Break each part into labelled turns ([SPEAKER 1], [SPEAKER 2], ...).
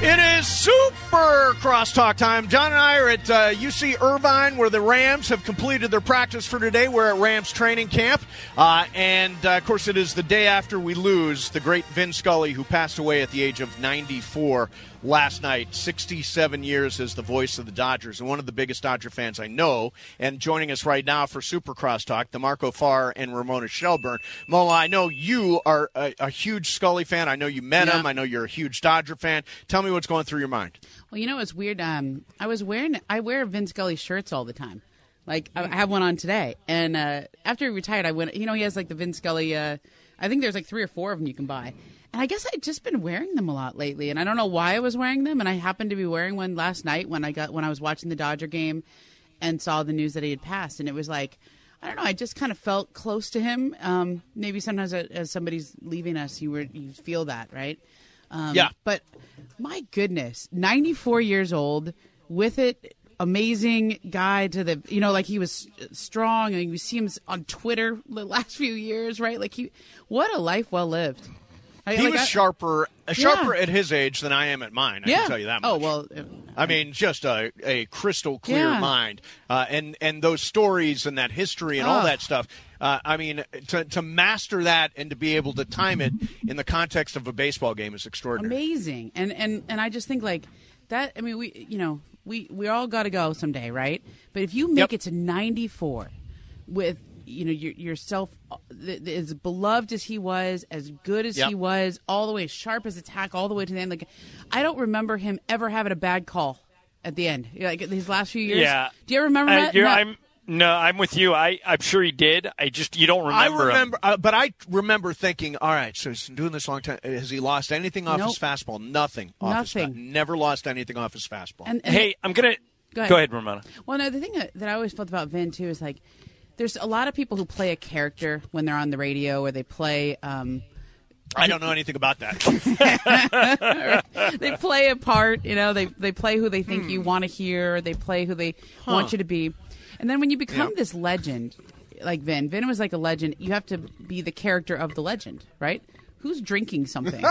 [SPEAKER 1] It is super crosstalk time. John and I are at uh, UC Irvine, where the Rams have completed their practice for today. We're at Rams training camp. Uh, and, uh, of course, it is the day after we lose the great Vin Scully, who passed away at the age of 94 last night. 67 years as the voice of the Dodgers, and one of the biggest Dodger fans I know. And joining us right now for super crosstalk, DeMarco Farr and Ramona Shelburne. Mola, I know you are a, a huge Scully fan. I know you met
[SPEAKER 2] Yeah.
[SPEAKER 1] him. I know you're a huge Dodger fan. Tell me what's going through your mind.
[SPEAKER 2] Well, you know it's weird. Um, I was wearing I wear Vince Scully shirts all the time. Like I I have one on today, and uh, after he retired, I went. You know he has like the Vince Scully. Uh, I think there's like three or four of them you can buy, and I guess I've just been wearing them a lot lately, and I don't know why I was wearing them, and I happened to be wearing one last night when I got when I was watching the Dodger game, and saw the news that he had passed, and it was like. I don't know. I just kind of felt close to him. Um, maybe sometimes a- as somebody's leaving us, you were you feel that, right? Um,
[SPEAKER 1] Yeah.
[SPEAKER 2] But my goodness, 94 years old with it. Amazing guy to the, you know, like he was s- strong. and you see him s- on Twitter the last few years, right? Like he, what a life well lived. I,
[SPEAKER 1] He
[SPEAKER 2] like,
[SPEAKER 1] was
[SPEAKER 2] I-
[SPEAKER 1] sharper,
[SPEAKER 2] Yeah.
[SPEAKER 1] sharper at his age than I am at mine. I
[SPEAKER 2] Yeah.
[SPEAKER 1] can tell you that much.
[SPEAKER 2] Oh well. uh,
[SPEAKER 1] I mean, just a, a crystal clear
[SPEAKER 2] Yeah.
[SPEAKER 1] mind, uh, and and those stories and that history and all
[SPEAKER 2] Ugh.
[SPEAKER 1] that stuff. Uh, I mean, to to master that and to be able to time it in the context of a baseball game is extraordinary.
[SPEAKER 2] amazing and and and i just think like that i mean we you know we we all got to go someday right but if you
[SPEAKER 1] Yep.
[SPEAKER 2] make it to 94 with you know your, yourself uh, th- th- as beloved as he was as good as
[SPEAKER 1] Yep.
[SPEAKER 2] he was all the way sharp as attack all the way to the end like i don't remember him ever having a bad call at the end like his last few years
[SPEAKER 3] Yeah.
[SPEAKER 2] do you ever remember
[SPEAKER 3] I-
[SPEAKER 2] that
[SPEAKER 3] you're-
[SPEAKER 2] No.
[SPEAKER 3] I'm no, I'm with you. I I'm sure he did. I just you don't
[SPEAKER 1] I
[SPEAKER 3] remember. him.
[SPEAKER 1] remember, uh, but I remember thinking, all right, so he's been doing this a long time. Has he lost anything off his
[SPEAKER 2] Nope.
[SPEAKER 1] fastball? Nothing. Off his fa-
[SPEAKER 2] Nothing.
[SPEAKER 1] never lost anything off his fastball.
[SPEAKER 2] and, and
[SPEAKER 3] Hey, I'm gonna
[SPEAKER 2] Go ahead.
[SPEAKER 3] Ramona.
[SPEAKER 2] Well, no, the thing that, that I always felt about Vin too is like, there's a lot of people who play a character when they're on the radio or they play, um,
[SPEAKER 1] I don't know anything about that.
[SPEAKER 2] they play a part. You know, they they play who they think
[SPEAKER 4] Hmm.
[SPEAKER 2] you want to hear. They play who they want you to be. And then when you become
[SPEAKER 1] Yeah.
[SPEAKER 2] this legend, like Vin, Vin was like a legend. You have to be the character of the legend, right? Who's drinking something?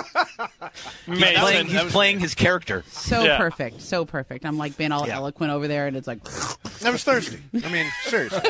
[SPEAKER 3] Amazing.
[SPEAKER 4] playing, he's playing his character.
[SPEAKER 2] so
[SPEAKER 3] Yeah.
[SPEAKER 2] perfect, so perfect. I'm like being all
[SPEAKER 1] Yeah.
[SPEAKER 2] eloquent over there, and it's like,
[SPEAKER 1] I was thirsty. I mean, seriously,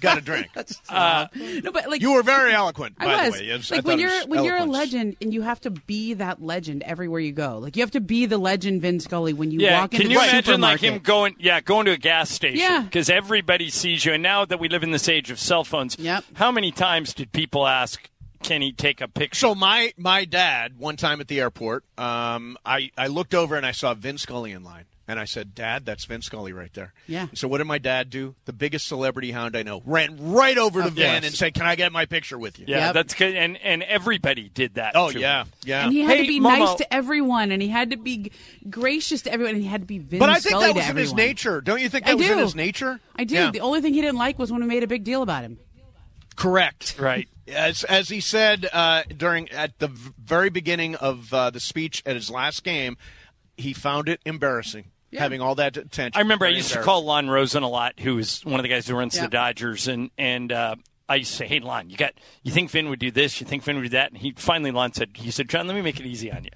[SPEAKER 1] got a drink.
[SPEAKER 3] Uh,
[SPEAKER 2] no, but like
[SPEAKER 1] You were very eloquent, by
[SPEAKER 2] I was
[SPEAKER 1] the way. Yes, I
[SPEAKER 2] like
[SPEAKER 1] thought
[SPEAKER 2] when
[SPEAKER 1] it
[SPEAKER 2] you're
[SPEAKER 1] was
[SPEAKER 2] when you're a
[SPEAKER 1] eloquence.
[SPEAKER 2] legend and you have to be that legend everywhere you go. Like you have to be the legend Vin Scully when you
[SPEAKER 3] Yeah,
[SPEAKER 2] walk
[SPEAKER 3] can
[SPEAKER 2] into
[SPEAKER 3] you
[SPEAKER 2] the
[SPEAKER 3] imagine like
[SPEAKER 2] supermarket.
[SPEAKER 3] him going? Yeah, going to a gas station.
[SPEAKER 2] Yeah.
[SPEAKER 3] because everybody sees you. And now that we live in this age of cell phones,
[SPEAKER 2] Yep.
[SPEAKER 3] How many times did people ask, "Can he take a picture?"
[SPEAKER 1] So my my dad one time at the airport, um, I I looked over and I saw Vin Scully in line, and I said, "Dad, that's Vin Scully right there."
[SPEAKER 2] Yeah.
[SPEAKER 1] So what did my dad do? The biggest celebrity hound I know ran right over to Vin
[SPEAKER 3] course.
[SPEAKER 1] and said, "Can I get my picture with you?"
[SPEAKER 3] yeah,
[SPEAKER 2] Yep.
[SPEAKER 3] that's good. And and everybody did that.
[SPEAKER 1] Oh
[SPEAKER 3] to
[SPEAKER 1] yeah,
[SPEAKER 3] him.
[SPEAKER 1] yeah.
[SPEAKER 2] and he had
[SPEAKER 3] Hey,
[SPEAKER 2] to be
[SPEAKER 3] Momo.
[SPEAKER 2] nice to everyone, and he had to be g- gracious to everyone, and he had to be Vin
[SPEAKER 1] but I think
[SPEAKER 2] Scully
[SPEAKER 1] that was
[SPEAKER 2] to
[SPEAKER 1] in his
[SPEAKER 2] everyone.
[SPEAKER 1] nature. Don't you think
[SPEAKER 2] I
[SPEAKER 1] that was in
[SPEAKER 2] do.
[SPEAKER 1] his nature?
[SPEAKER 2] I do.
[SPEAKER 1] Yeah.
[SPEAKER 2] The only thing he didn't like was when we made a big deal about him.
[SPEAKER 1] Correct.
[SPEAKER 3] Right.
[SPEAKER 1] As as he said uh, during at the v- very beginning of uh, the speech at his last game, he found it embarrassing having all that attention.
[SPEAKER 3] I remember I
[SPEAKER 1] Very
[SPEAKER 3] used to
[SPEAKER 1] embarrassing.
[SPEAKER 3] call Lon Rosen a lot, who was one of the guys who runs
[SPEAKER 2] Yeah.
[SPEAKER 3] the Dodgers, and and uh, I used to say, "Hey, Lon, you got you think Vin would do this? You think Vin would do that?" And he finally Lon said, "He said, John, let me make it easy on you.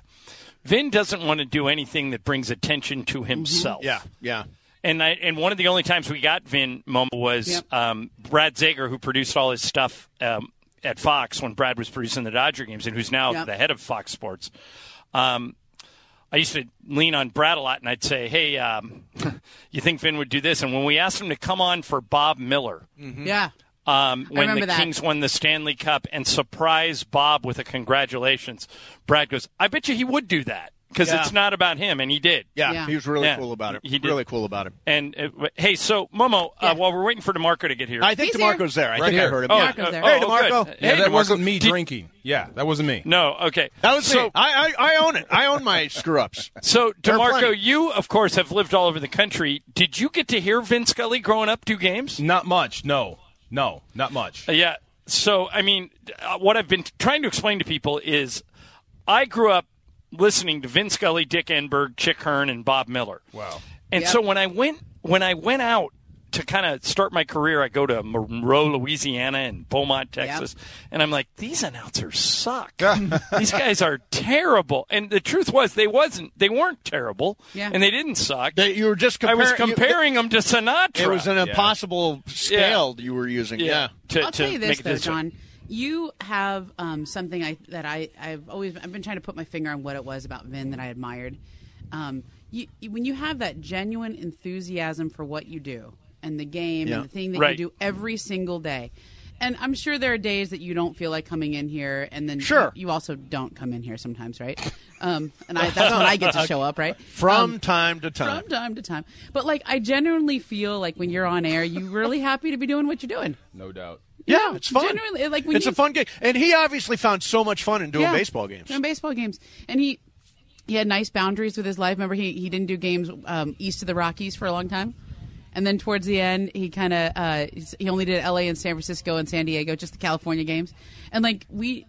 [SPEAKER 3] Vin doesn't want to do anything that brings attention
[SPEAKER 2] Mm-hmm.
[SPEAKER 3] to himself.
[SPEAKER 1] Yeah, yeah.
[SPEAKER 3] And I, and one of the only times we got Vin Momo was
[SPEAKER 2] Yep.
[SPEAKER 3] um, Brad Zager, who produced all his stuff um, at Fox when Brad was producing the Dodger games, and who's now
[SPEAKER 2] Yep.
[SPEAKER 3] the head of Fox Sports. Um, I used to lean on Brad a lot, and I'd say, "Hey, um, you think Vin would do this?" And when we asked him to come on for Bob Miller,
[SPEAKER 1] Mm-hmm.
[SPEAKER 2] Yeah.
[SPEAKER 3] um, when
[SPEAKER 2] remember
[SPEAKER 3] the
[SPEAKER 2] that.
[SPEAKER 3] Kings won the Stanley Cup, and surprise Bob with a congratulations, Brad goes, "I bet you he would do that because
[SPEAKER 1] Yeah.
[SPEAKER 3] it's not about him," and he did.
[SPEAKER 1] Yeah,
[SPEAKER 2] Yeah.
[SPEAKER 1] he was really
[SPEAKER 3] Yeah,
[SPEAKER 1] cool about it.
[SPEAKER 3] he did.
[SPEAKER 1] really cool about it.
[SPEAKER 3] And uh, w- hey, so Momo,
[SPEAKER 2] Yeah.
[SPEAKER 3] uh, while we're waiting for Demarco to get here,
[SPEAKER 1] I think
[SPEAKER 2] He's
[SPEAKER 1] DeMarco's there. I think I
[SPEAKER 5] here.
[SPEAKER 1] heard him.
[SPEAKER 3] Oh,
[SPEAKER 1] Yeah.
[SPEAKER 2] Demarco's there.
[SPEAKER 3] oh,
[SPEAKER 1] Hey,
[SPEAKER 3] oh,
[SPEAKER 1] DeMarco.
[SPEAKER 3] good.
[SPEAKER 5] Yeah,
[SPEAKER 3] Hey,
[SPEAKER 5] that
[SPEAKER 3] DeMarco.
[SPEAKER 5] wasn't me
[SPEAKER 3] Did-
[SPEAKER 5] drinking. Yeah, that wasn't me.
[SPEAKER 3] No, okay.
[SPEAKER 1] That was
[SPEAKER 3] so,
[SPEAKER 1] me. I, I I own it. I own my screw ups.
[SPEAKER 3] So,
[SPEAKER 1] There are
[SPEAKER 3] DeMarco,
[SPEAKER 1] plenty.
[SPEAKER 3] you of course have lived all over the country. Did you get to hear Vin Scully growing up do games?
[SPEAKER 5] Not much. No. No, not much.
[SPEAKER 3] Uh, Yeah. So, I mean, uh, what I've been t- trying to explain to people is I grew up listening to Vin Scully, Dick Enberg, Chick Hearn, and Bob Miller.
[SPEAKER 5] Wow.
[SPEAKER 3] And
[SPEAKER 2] Yep.
[SPEAKER 3] so when I went when I went out to kind of start my career, I go to Monroe, Louisiana, and Beaumont, Texas, and I'm like, these announcers suck. these guys are terrible. And the truth was, they wasn't. They weren't terrible,
[SPEAKER 2] Yeah.
[SPEAKER 3] and they didn't suck.
[SPEAKER 1] That you were just
[SPEAKER 3] I was
[SPEAKER 1] compar- you-
[SPEAKER 3] comparing them to Sinatra.
[SPEAKER 1] It was an impossible scale you were using. Yeah.
[SPEAKER 3] To,
[SPEAKER 2] I'll
[SPEAKER 3] to
[SPEAKER 2] tell you this
[SPEAKER 3] make a
[SPEAKER 2] though,
[SPEAKER 3] decision.
[SPEAKER 2] John. You have um, something I, that I, I've always I've been trying to put my finger on what it was about Vin that I admired. Um, you, you- when you have that genuine enthusiasm for what you do and the game
[SPEAKER 1] Yeah.
[SPEAKER 2] and the thing that
[SPEAKER 3] Right.
[SPEAKER 2] you do every single day, and I'm sure there are days that you don't feel like coming in here, and then
[SPEAKER 1] Sure.
[SPEAKER 2] you, you also don't come in here sometimes, right? Um, and I, that's when I get to show up, right? Um,
[SPEAKER 1] From time to time.
[SPEAKER 2] From time to time, but like I genuinely feel like when you're on air, you're really happy to be doing what you're doing.
[SPEAKER 5] No doubt.
[SPEAKER 1] yeah, it's fun.
[SPEAKER 2] genuinely, like, when
[SPEAKER 1] it's
[SPEAKER 2] you-
[SPEAKER 1] a fun game, and he obviously found so much fun in doing baseball games.
[SPEAKER 2] Doing baseball games, and he he had nice boundaries with his life. Remember, he he didn't do games um, east of the Rockies for a long time, and then towards the end, he kind of uh, he's- he only did L.A. and San Francisco and San Diego, just the California games, and like we.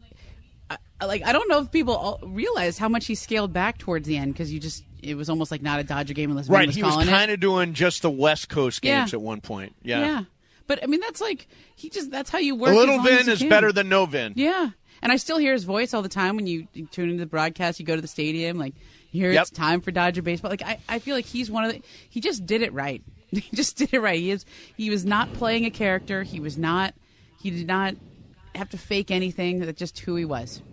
[SPEAKER 2] I- Like I don't know if people all realize how much he scaled back towards the end because you just it was almost like not a Dodger game unless Vin
[SPEAKER 1] Right,
[SPEAKER 2] was
[SPEAKER 1] he was
[SPEAKER 2] calling it.
[SPEAKER 1] kind of doing just the West Coast
[SPEAKER 2] Yeah.
[SPEAKER 1] games at one point. Yeah,
[SPEAKER 2] yeah. But I mean that's like he just that's how you work.
[SPEAKER 1] a
[SPEAKER 2] as
[SPEAKER 1] little
[SPEAKER 2] long as
[SPEAKER 1] Vin
[SPEAKER 2] you
[SPEAKER 1] is
[SPEAKER 2] can.
[SPEAKER 1] better than no Vin.
[SPEAKER 2] Yeah. And I still hear his voice all the time when you you tune into the broadcast, you go to the stadium, like you hear it's
[SPEAKER 1] Yep.
[SPEAKER 2] time for Dodger baseball. Like I, I feel like he's one of the he just did it right. He just did it right. He is he was not playing a character. He was not he did not have to fake anything. That's just who he was.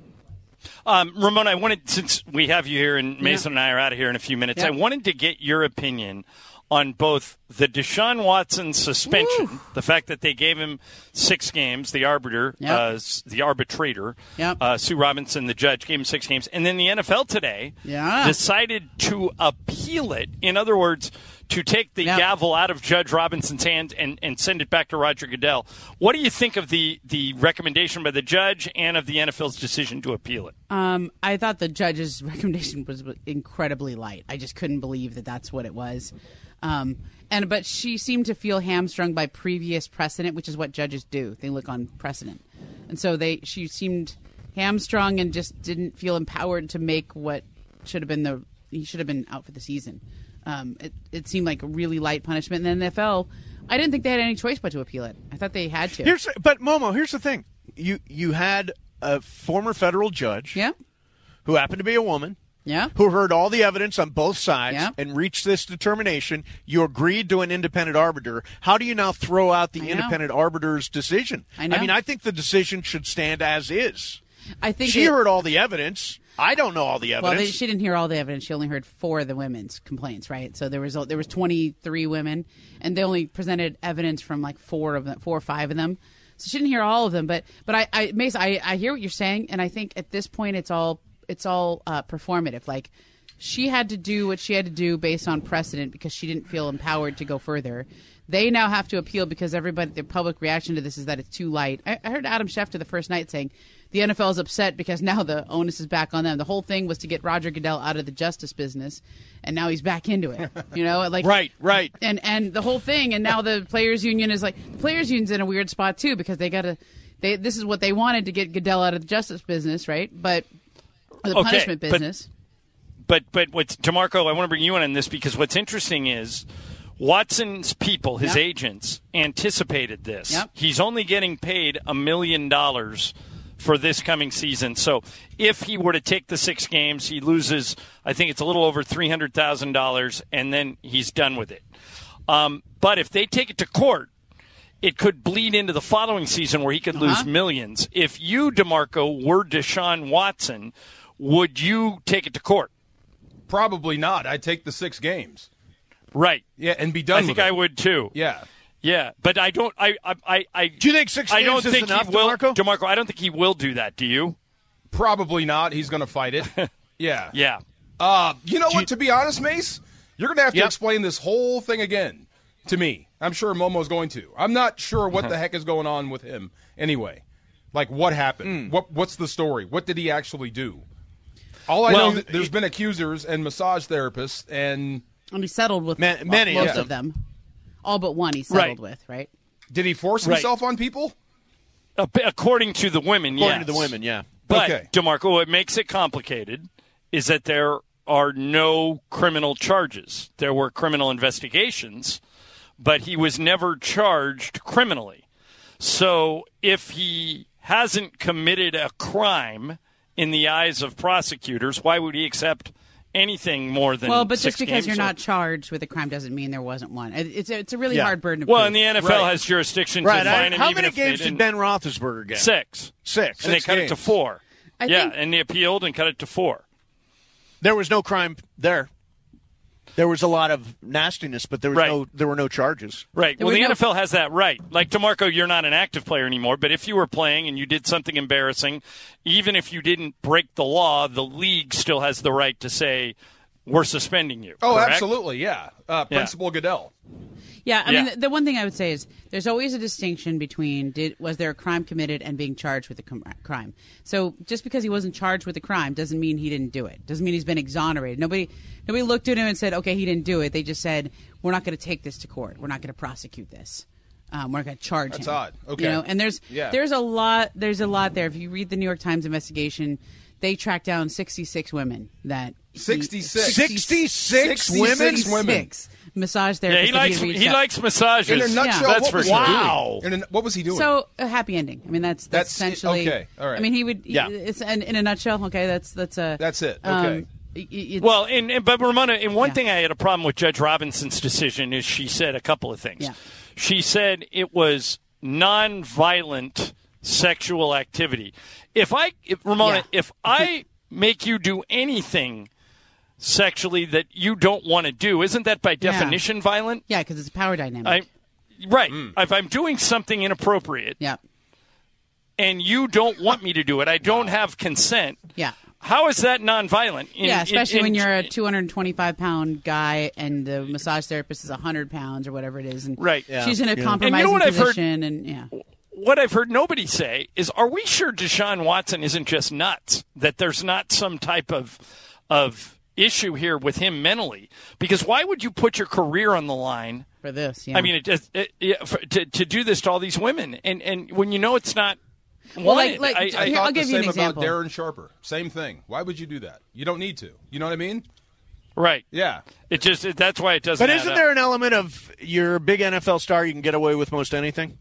[SPEAKER 3] Um, Ramona, I wanted since we have you here and Mason and I are out of here in a few minutes,
[SPEAKER 2] Yeah.
[SPEAKER 3] I wanted to get your opinion on both the Deshaun Watson suspension, the fact that they gave him six games, the arbiter,
[SPEAKER 2] Yep.
[SPEAKER 3] uh, s- the arbitrator,
[SPEAKER 2] Yep.
[SPEAKER 3] uh, Sue Robinson, the judge, gave him six games, and then the NFL today
[SPEAKER 2] Yeah.
[SPEAKER 3] decided to appeal it. In other words, to take the
[SPEAKER 2] Yep.
[SPEAKER 3] gavel out of Judge Robinson's hand and, and send it back to Roger Goodell. What do you think of the, the recommendation by the judge and of the NFL's decision to appeal it?
[SPEAKER 2] Um, I thought the judge's recommendation was incredibly light. I just couldn't believe that that's what it was. Um, and but she seemed to feel hamstrung by previous precedent, which is what judges do. They look on precedent, and so they she seemed hamstrung and just didn't feel empowered to make what should have been the he should have been out for the season. Um, it, it seemed like a really light punishment. And the NFL, I didn't think they had any choice but to appeal it. I thought they had to.
[SPEAKER 1] Here's but Momo, here's the thing. You you had a former federal judge
[SPEAKER 2] yeah,
[SPEAKER 1] who happened to be a woman.
[SPEAKER 2] Yeah.
[SPEAKER 1] Who heard all the evidence on both sides
[SPEAKER 2] Yeah.
[SPEAKER 1] and reached this determination. You agreed to an independent arbiter. How do you now throw out the
[SPEAKER 2] know.
[SPEAKER 1] independent arbiter's decision?
[SPEAKER 2] I know.
[SPEAKER 1] mean, I think the decision should stand as is.
[SPEAKER 2] I think
[SPEAKER 1] She
[SPEAKER 2] it-
[SPEAKER 1] heard all the evidence. I don't know all the
[SPEAKER 2] Well,
[SPEAKER 1] evidence.
[SPEAKER 2] they, she didn't hear all the evidence. She only heard four of the women's complaints, right? So there was there was 23 women, and they only presented evidence from like four of them, four or five of them. So she didn't hear all of them. But but I, I Mace, I, I hear what you're saying, and I think at this point it's all it's all uh, performative. Like she had to do what she had to do based on precedent because she didn't feel empowered to go further. They now have to appeal because everybody the public reaction to this is that it's too light. I, I heard Adam Schefter the first night saying the NFL is upset because now the onus is back on them. The whole thing was to get Roger Goodell out of the justice business, and now he's back into it. You know, like
[SPEAKER 1] Right, right.
[SPEAKER 2] and and the whole thing. And now the players union is like the players union's in a weird spot too because they got to. They, this is what they wanted to get Goodell out of the justice business, right? But or the
[SPEAKER 3] Okay,
[SPEAKER 2] punishment
[SPEAKER 3] but-
[SPEAKER 2] business.
[SPEAKER 3] but but what's Demarco, I want to bring you in on this because what's interesting is Watson's people, his
[SPEAKER 2] Yep.
[SPEAKER 3] agents, anticipated this.
[SPEAKER 2] Yep.
[SPEAKER 3] He's only getting paid a million dollars for this coming season. So if he were to take the six games, he loses. I think it's a little over three hundred thousand dollars, and then he's done with it. Um, but if they take it to court. It could bleed into the following season where he could
[SPEAKER 5] Uh-huh.
[SPEAKER 3] lose millions. If you, DeMarco, were Deshaun Watson, would you take it to court?
[SPEAKER 5] Probably not. I'd take the six games.
[SPEAKER 3] Right.
[SPEAKER 5] Yeah, and be
[SPEAKER 3] I
[SPEAKER 5] done
[SPEAKER 3] think
[SPEAKER 5] with it.
[SPEAKER 3] I would too.
[SPEAKER 5] Yeah.
[SPEAKER 3] Yeah, but I don't. I. I. I. I
[SPEAKER 1] Do you think six
[SPEAKER 3] I don't
[SPEAKER 1] games is
[SPEAKER 3] think
[SPEAKER 1] enough,
[SPEAKER 3] he will,
[SPEAKER 1] DeMarco?
[SPEAKER 3] I don't think he will do that. Do you?
[SPEAKER 5] Probably not. He's going to fight it. Yeah.
[SPEAKER 3] Yeah.
[SPEAKER 5] Uh, you know what? To be honest, Mace, you're going to have to
[SPEAKER 1] Yep.
[SPEAKER 5] explain this whole thing again to me. I'm sure Momo's going to. I'm not sure what the heck is going on with him anyway. Like, what
[SPEAKER 3] Hmm.
[SPEAKER 5] happened? What What's the story? What did he actually do? All I
[SPEAKER 3] Well,
[SPEAKER 5] know, th- there's been accusers and massage therapists, and
[SPEAKER 2] And he settled with
[SPEAKER 1] Ma- many
[SPEAKER 2] most
[SPEAKER 1] of
[SPEAKER 2] of them. All but one he settled
[SPEAKER 3] Right.
[SPEAKER 2] with, right?
[SPEAKER 5] did he force
[SPEAKER 3] Right.
[SPEAKER 5] himself on people?
[SPEAKER 3] A- According to the women,
[SPEAKER 1] According
[SPEAKER 3] yes.
[SPEAKER 1] to the women, yeah.
[SPEAKER 3] But
[SPEAKER 5] Okay.
[SPEAKER 3] Demarco, what makes it complicated is that there are no criminal charges. There were criminal investigations, but he was never charged criminally. So if he hasn't committed a crime in the eyes of prosecutors, why would he accept anything more than
[SPEAKER 2] Well, but
[SPEAKER 3] six
[SPEAKER 2] just because
[SPEAKER 3] games?
[SPEAKER 2] you're
[SPEAKER 3] So-
[SPEAKER 2] not charged with a crime doesn't mean there wasn't one. It- It's a, it's a really
[SPEAKER 1] Yeah.
[SPEAKER 2] hard burden to
[SPEAKER 3] well, and
[SPEAKER 2] prove.
[SPEAKER 3] the NFL
[SPEAKER 5] Right.
[SPEAKER 3] has jurisdiction
[SPEAKER 1] Right.
[SPEAKER 3] to
[SPEAKER 1] I-
[SPEAKER 3] fine him.
[SPEAKER 1] how
[SPEAKER 3] even
[SPEAKER 1] many
[SPEAKER 3] if they
[SPEAKER 1] games did
[SPEAKER 3] didn't-
[SPEAKER 1] Ben Roethlisberger get?
[SPEAKER 3] Six.
[SPEAKER 1] Six.
[SPEAKER 3] And they
[SPEAKER 5] Six
[SPEAKER 3] cut it to
[SPEAKER 5] games.
[SPEAKER 3] four.
[SPEAKER 2] I
[SPEAKER 3] yeah,
[SPEAKER 2] think-
[SPEAKER 3] and they appealed and cut it to four.
[SPEAKER 1] There was no crime there. There was a lot of nastiness, but there was
[SPEAKER 3] Right.
[SPEAKER 1] no there were no charges.
[SPEAKER 3] Right.
[SPEAKER 2] There
[SPEAKER 3] well,
[SPEAKER 2] was
[SPEAKER 3] the
[SPEAKER 2] no-
[SPEAKER 3] NFL has that right. Like Demarco, you're not an active player anymore, but if you were playing and you did something embarrassing, even if you didn't break the law, the league still has the right to say we're suspending you.
[SPEAKER 5] Oh,
[SPEAKER 3] correct?
[SPEAKER 5] absolutely, yeah. Uh, Principal Goodell.
[SPEAKER 2] yeah, I
[SPEAKER 3] Yeah.
[SPEAKER 2] mean, the, the one thing I would say is there's always a distinction between did was there a crime committed and being charged with a com- crime. So just because he wasn't charged with a crime doesn't mean he didn't do it. Doesn't mean he's been exonerated. Nobody nobody looked at him and said, okay, he didn't do it. They just said we're not going to take this to court. We're not going to prosecute this. Um, we're not going to charge
[SPEAKER 5] That's
[SPEAKER 2] him.
[SPEAKER 5] odd. Okay.
[SPEAKER 2] You know, and there's
[SPEAKER 5] Yeah.
[SPEAKER 2] there's a lot there's a lot there. If you read the New York Times investigation, they tracked down 66 women that he-
[SPEAKER 5] 66.
[SPEAKER 1] 66
[SPEAKER 5] women?
[SPEAKER 2] Six massage therapists.
[SPEAKER 3] Yeah, he
[SPEAKER 2] that
[SPEAKER 3] likes
[SPEAKER 2] had reached
[SPEAKER 3] he
[SPEAKER 2] out.
[SPEAKER 3] likes massages.
[SPEAKER 5] In a nutshell,
[SPEAKER 3] That's
[SPEAKER 5] what
[SPEAKER 3] for
[SPEAKER 5] was
[SPEAKER 3] sure.
[SPEAKER 5] he doing?
[SPEAKER 1] Wow.
[SPEAKER 5] In a- what was he doing?
[SPEAKER 2] So a happy ending. I mean, that's that's,
[SPEAKER 5] That's it.
[SPEAKER 2] essentially.
[SPEAKER 5] Okay. All right.
[SPEAKER 2] I mean, he would.
[SPEAKER 1] Yeah.
[SPEAKER 2] It's in, in a nutshell. Okay, that's that's a.
[SPEAKER 5] That's it.
[SPEAKER 2] um,
[SPEAKER 5] Okay.
[SPEAKER 2] y- y- it's-
[SPEAKER 3] Well, and, and but Ramona, and one
[SPEAKER 2] Yeah.
[SPEAKER 3] thing I had a problem with Judge Robinson's decision is she said a couple of things.
[SPEAKER 2] Yeah.
[SPEAKER 3] She said it was nonviolent sexual activity. If I, if, Ramona,
[SPEAKER 2] Yeah.
[SPEAKER 3] if I make you do anything sexually that you don't want to do, isn't that by
[SPEAKER 2] Yeah.
[SPEAKER 3] definition violent?
[SPEAKER 2] yeah, because it's a power dynamic.
[SPEAKER 3] I, right. If I'm doing something inappropriate
[SPEAKER 2] yeah.
[SPEAKER 3] and you don't want me to do it, I don't have consent.
[SPEAKER 2] Yeah.
[SPEAKER 3] How is that nonviolent? In-
[SPEAKER 2] yeah,
[SPEAKER 3] in-
[SPEAKER 2] especially
[SPEAKER 3] in-
[SPEAKER 2] when you're a 225 pound guy and the massage therapist is 100 pounds or whatever it is, and
[SPEAKER 3] Right. Yeah.
[SPEAKER 2] she's in a
[SPEAKER 1] Yeah.
[SPEAKER 2] compromising
[SPEAKER 3] And you know what I've heard-
[SPEAKER 2] position, and yeah,
[SPEAKER 3] what I've heard nobody say is, are we sure Deshaun Watson isn't just nuts? That there's not some type of of issue here with him mentally? Because why would you put your career on the line?
[SPEAKER 2] for this, yeah.
[SPEAKER 3] I mean, it, just- it, it, for, to to do this to all these women, and and when you know it's not.
[SPEAKER 2] like-
[SPEAKER 3] wanted,
[SPEAKER 2] like-
[SPEAKER 3] I, I,
[SPEAKER 2] Here,
[SPEAKER 5] thought
[SPEAKER 2] I'll give
[SPEAKER 5] the
[SPEAKER 2] you an
[SPEAKER 5] same
[SPEAKER 2] example.
[SPEAKER 5] about Darren Sharper. Same thing. Why would you do that? You don't need to. You know what I mean?
[SPEAKER 3] right.
[SPEAKER 5] Yeah.
[SPEAKER 3] It just it, that's why it doesn't.
[SPEAKER 1] But
[SPEAKER 3] add
[SPEAKER 1] isn't
[SPEAKER 3] up.
[SPEAKER 1] there an element of you're a big NFL star, you can get away with most anything?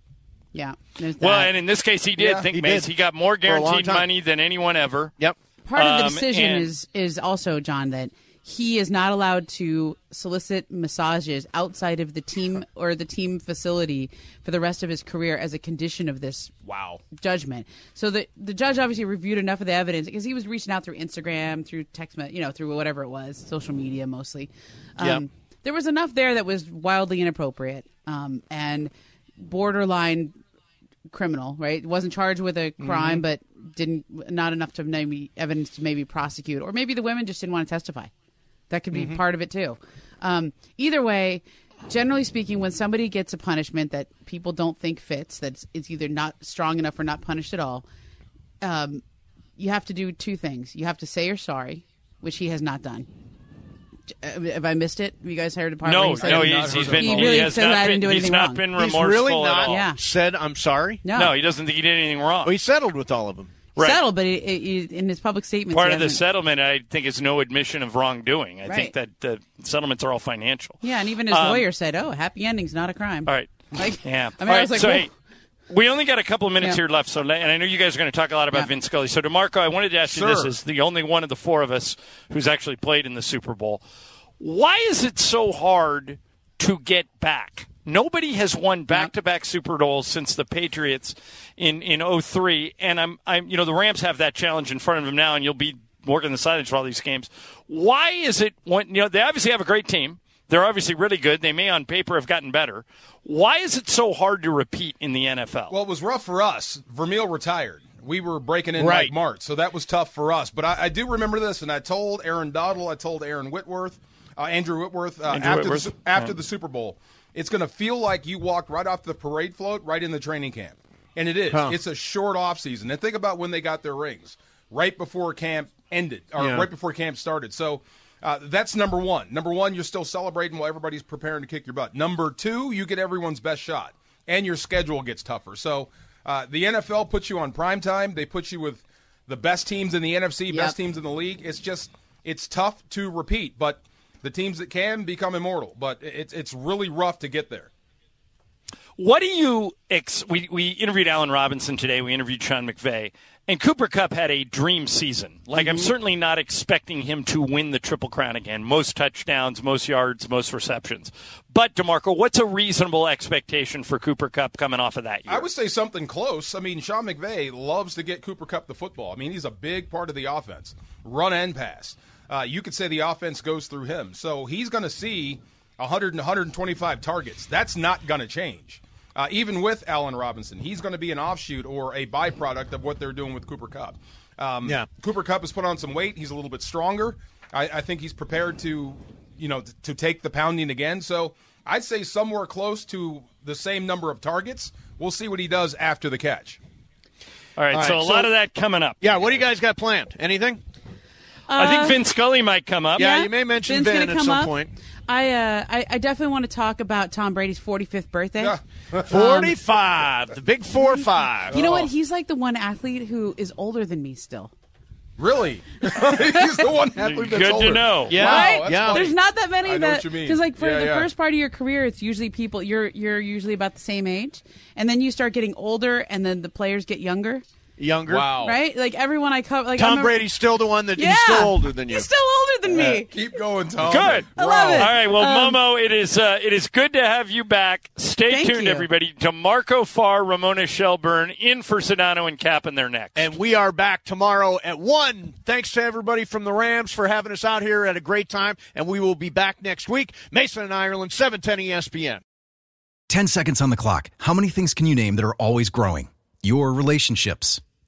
[SPEAKER 2] yeah. There's
[SPEAKER 3] Well,
[SPEAKER 2] that.
[SPEAKER 3] and in this case, he did.
[SPEAKER 1] Yeah,
[SPEAKER 3] think
[SPEAKER 1] he
[SPEAKER 3] Mace,
[SPEAKER 1] did.
[SPEAKER 3] he got more
[SPEAKER 1] For a long
[SPEAKER 3] guaranteed
[SPEAKER 1] time.
[SPEAKER 3] money than anyone ever.
[SPEAKER 1] Yep.
[SPEAKER 2] part of the
[SPEAKER 3] Um,
[SPEAKER 2] decision
[SPEAKER 3] and-
[SPEAKER 2] is is also John that he is not allowed to solicit massages outside of the team or the team facility for the rest of his career as a condition of this
[SPEAKER 5] Wow.
[SPEAKER 2] judgment. So the the judge obviously reviewed enough of the evidence because he was reaching out through Instagram, through text, me- you know, through whatever it was, social media mostly. Um,
[SPEAKER 1] Yeah.
[SPEAKER 2] There was enough there that was wildly inappropriate um, and borderline criminal, right? Wasn't charged with a
[SPEAKER 3] Mm-hmm.
[SPEAKER 2] crime, but didn't not enough to maybe evidence to maybe prosecute, or maybe the women just didn't want to testify. That could be
[SPEAKER 3] Mm-hmm.
[SPEAKER 2] part of it too. Um, either way, generally speaking, when somebody gets a punishment that people don't think fits, that's it's either not strong enough or not punished at all. Um, you have to do two things. You have to say you're sorry, which he has not done. Uh, Have I missed it? Have you guys heard the part? where
[SPEAKER 3] No,
[SPEAKER 2] he said-
[SPEAKER 3] no,
[SPEAKER 5] he-
[SPEAKER 3] he's, he's been
[SPEAKER 2] He really
[SPEAKER 3] has
[SPEAKER 2] said
[SPEAKER 3] not
[SPEAKER 2] I
[SPEAKER 3] been,
[SPEAKER 2] didn't do
[SPEAKER 3] he's
[SPEAKER 2] anything
[SPEAKER 3] not
[SPEAKER 2] wrong.
[SPEAKER 3] been
[SPEAKER 1] He's
[SPEAKER 3] remorseful
[SPEAKER 1] really
[SPEAKER 3] at
[SPEAKER 1] not
[SPEAKER 3] all.
[SPEAKER 2] Yeah.
[SPEAKER 1] said I'm sorry.
[SPEAKER 2] no,
[SPEAKER 3] No, he doesn't think he did anything wrong.
[SPEAKER 1] Well, he settled with all of them.
[SPEAKER 3] Right.
[SPEAKER 2] settled, but he, he, in his public statements,
[SPEAKER 3] Part
[SPEAKER 2] he
[SPEAKER 3] of the
[SPEAKER 2] hasn't-
[SPEAKER 3] settlement, I think, is no admission of wrongdoing. I think that
[SPEAKER 2] Right.
[SPEAKER 3] the settlements are all financial.
[SPEAKER 2] Yeah, and even his
[SPEAKER 3] Um,
[SPEAKER 2] lawyer said, "Oh, happy ending's not a crime."
[SPEAKER 3] All right.
[SPEAKER 2] Like,
[SPEAKER 3] yeah.
[SPEAKER 2] I mean,
[SPEAKER 3] All
[SPEAKER 2] I
[SPEAKER 3] right,
[SPEAKER 2] was like,
[SPEAKER 3] so
[SPEAKER 2] "Whoa."
[SPEAKER 3] hey, we only got a couple of minutes
[SPEAKER 2] Yeah.
[SPEAKER 3] here left, so le- and I know you guys are going to talk a lot about
[SPEAKER 2] Yeah.
[SPEAKER 3] Vince Scully. So, Demarco, I wanted to ask you this:
[SPEAKER 5] Sure.
[SPEAKER 3] is the only one of the four of us who's actually played in the Super Bowl. Why is it so hard to get back? Nobody has won back-to-back Super Bowls since the Patriots in in 03, and I'm I'm you know the Rams have that challenge in front of them now, and you'll be working the sidelines for all these games. Why is it when you know they obviously have a great team? They're obviously really good. They may on paper have gotten better. Why is it so hard to repeat in the NFL?
[SPEAKER 5] Well, it was rough for us. Vermeil retired. We were breaking in
[SPEAKER 1] Right.
[SPEAKER 5] Mike Mart, so that was tough for us. But I, I do remember this, and I told Aaron Doddle, I told Aaron Whitworth, uh, Andrew Whitworth, uh,
[SPEAKER 3] Andrew
[SPEAKER 5] after,
[SPEAKER 3] Whitworth,
[SPEAKER 5] The, Su- after the Super Bowl, it's going to feel like you walked right off the parade float right in the training camp. And it is. It's a short off season. And think about when they got their rings right before camp ended, or
[SPEAKER 1] Yeah.
[SPEAKER 5] right before camp started. So uh, that's number one. Number one, you're still celebrating while everybody's preparing to kick your butt. Number two, you get everyone's best shot, and your schedule gets tougher. So uh, the NFL puts you on prime time. They put you with the best teams in the NFC, best teams in the league. It's just it's tough to repeat, but the teams that can become immortal. But it- it's it's really rough to get there.
[SPEAKER 3] What do you ex- we we interviewed Alan Robinson today, we interviewed Sean McVay, and Cooper Cup had a dream season. Like
[SPEAKER 2] Mm-hmm.
[SPEAKER 3] I'm certainly not expecting him to win the triple crown again. Most touchdowns, most yards, most receptions. But DeMarco, what's a reasonable expectation for Cooper Cup coming off of that year?
[SPEAKER 5] I would say something close. I mean, Sean McVay loves to get Cooper Cup the football. I mean, he's a big part of the offense, run and pass. Uh, you could say the offense goes through him. So he's going to see 100 and 125 targets. That's not going to change. Uh, even with Allen Robinson, he's going to be an offshoot or a byproduct of what they're doing with Cooper Cup. Um,
[SPEAKER 1] Yeah.
[SPEAKER 5] Cooper Cup has put on some weight. He's a little bit stronger. I, I think he's prepared to, you know, t- to take the pounding again. So I'd say somewhere close to the same number of targets. We'll see what he does after the catch.
[SPEAKER 3] all right,
[SPEAKER 1] All
[SPEAKER 3] so a
[SPEAKER 1] right,
[SPEAKER 3] lot
[SPEAKER 1] so-
[SPEAKER 3] of that coming up.
[SPEAKER 1] Yeah, what do you guys got planned? Anything?
[SPEAKER 3] I
[SPEAKER 2] uh,
[SPEAKER 3] think Vin Scully might come up.
[SPEAKER 1] Yeah, you may mention
[SPEAKER 2] Vin's
[SPEAKER 1] Vin
[SPEAKER 2] gonna
[SPEAKER 1] at
[SPEAKER 2] come
[SPEAKER 1] some
[SPEAKER 2] up.
[SPEAKER 1] point.
[SPEAKER 2] I, uh, I I definitely want to talk about Tom Brady's 45th birthday. Um,
[SPEAKER 5] Yeah.
[SPEAKER 1] Forty-five, the big four-five.
[SPEAKER 2] You know
[SPEAKER 5] Oh.
[SPEAKER 2] what? He's like the one athlete who is older than me still.
[SPEAKER 5] Really? he's the one athlete that's
[SPEAKER 3] Good to
[SPEAKER 5] older.
[SPEAKER 3] know.
[SPEAKER 1] Yeah,
[SPEAKER 5] Wow,
[SPEAKER 2] right?
[SPEAKER 5] that's
[SPEAKER 1] yeah.
[SPEAKER 5] funny.
[SPEAKER 2] There's not that many
[SPEAKER 5] I know
[SPEAKER 2] that
[SPEAKER 5] what you mean.
[SPEAKER 2] because like for
[SPEAKER 5] Yeah,
[SPEAKER 2] the
[SPEAKER 5] yeah.
[SPEAKER 2] first part of your career, it's usually people you're you're usually about the same age, and then you start getting older, and then the players get younger,
[SPEAKER 1] Younger.
[SPEAKER 5] Wow.
[SPEAKER 2] right? Like everyone I cover, like I
[SPEAKER 1] Tom
[SPEAKER 2] remember-
[SPEAKER 1] Brady's still the one that
[SPEAKER 2] yeah,
[SPEAKER 1] he's still older than you.
[SPEAKER 2] He's still older than me.
[SPEAKER 5] Keep going, Tom.
[SPEAKER 3] Good.
[SPEAKER 2] I love
[SPEAKER 3] All
[SPEAKER 2] it.
[SPEAKER 3] right, well,
[SPEAKER 2] Um,
[SPEAKER 3] Momo, it is uh, it is good to have you back. Stay
[SPEAKER 2] Thank
[SPEAKER 3] tuned,
[SPEAKER 2] you.
[SPEAKER 3] everybody. DeMarco Farr, Ramona Shelburne, in for Sedano and Cap, and they're next.
[SPEAKER 1] And we are back tomorrow at 1. Thanks to everybody from the Rams for having us out here at a great time. And we will be back next week. Mason and Ireland, E 710 ESPN.
[SPEAKER 6] 10 seconds on the clock. How many things can you name that are always growing? Your relationships,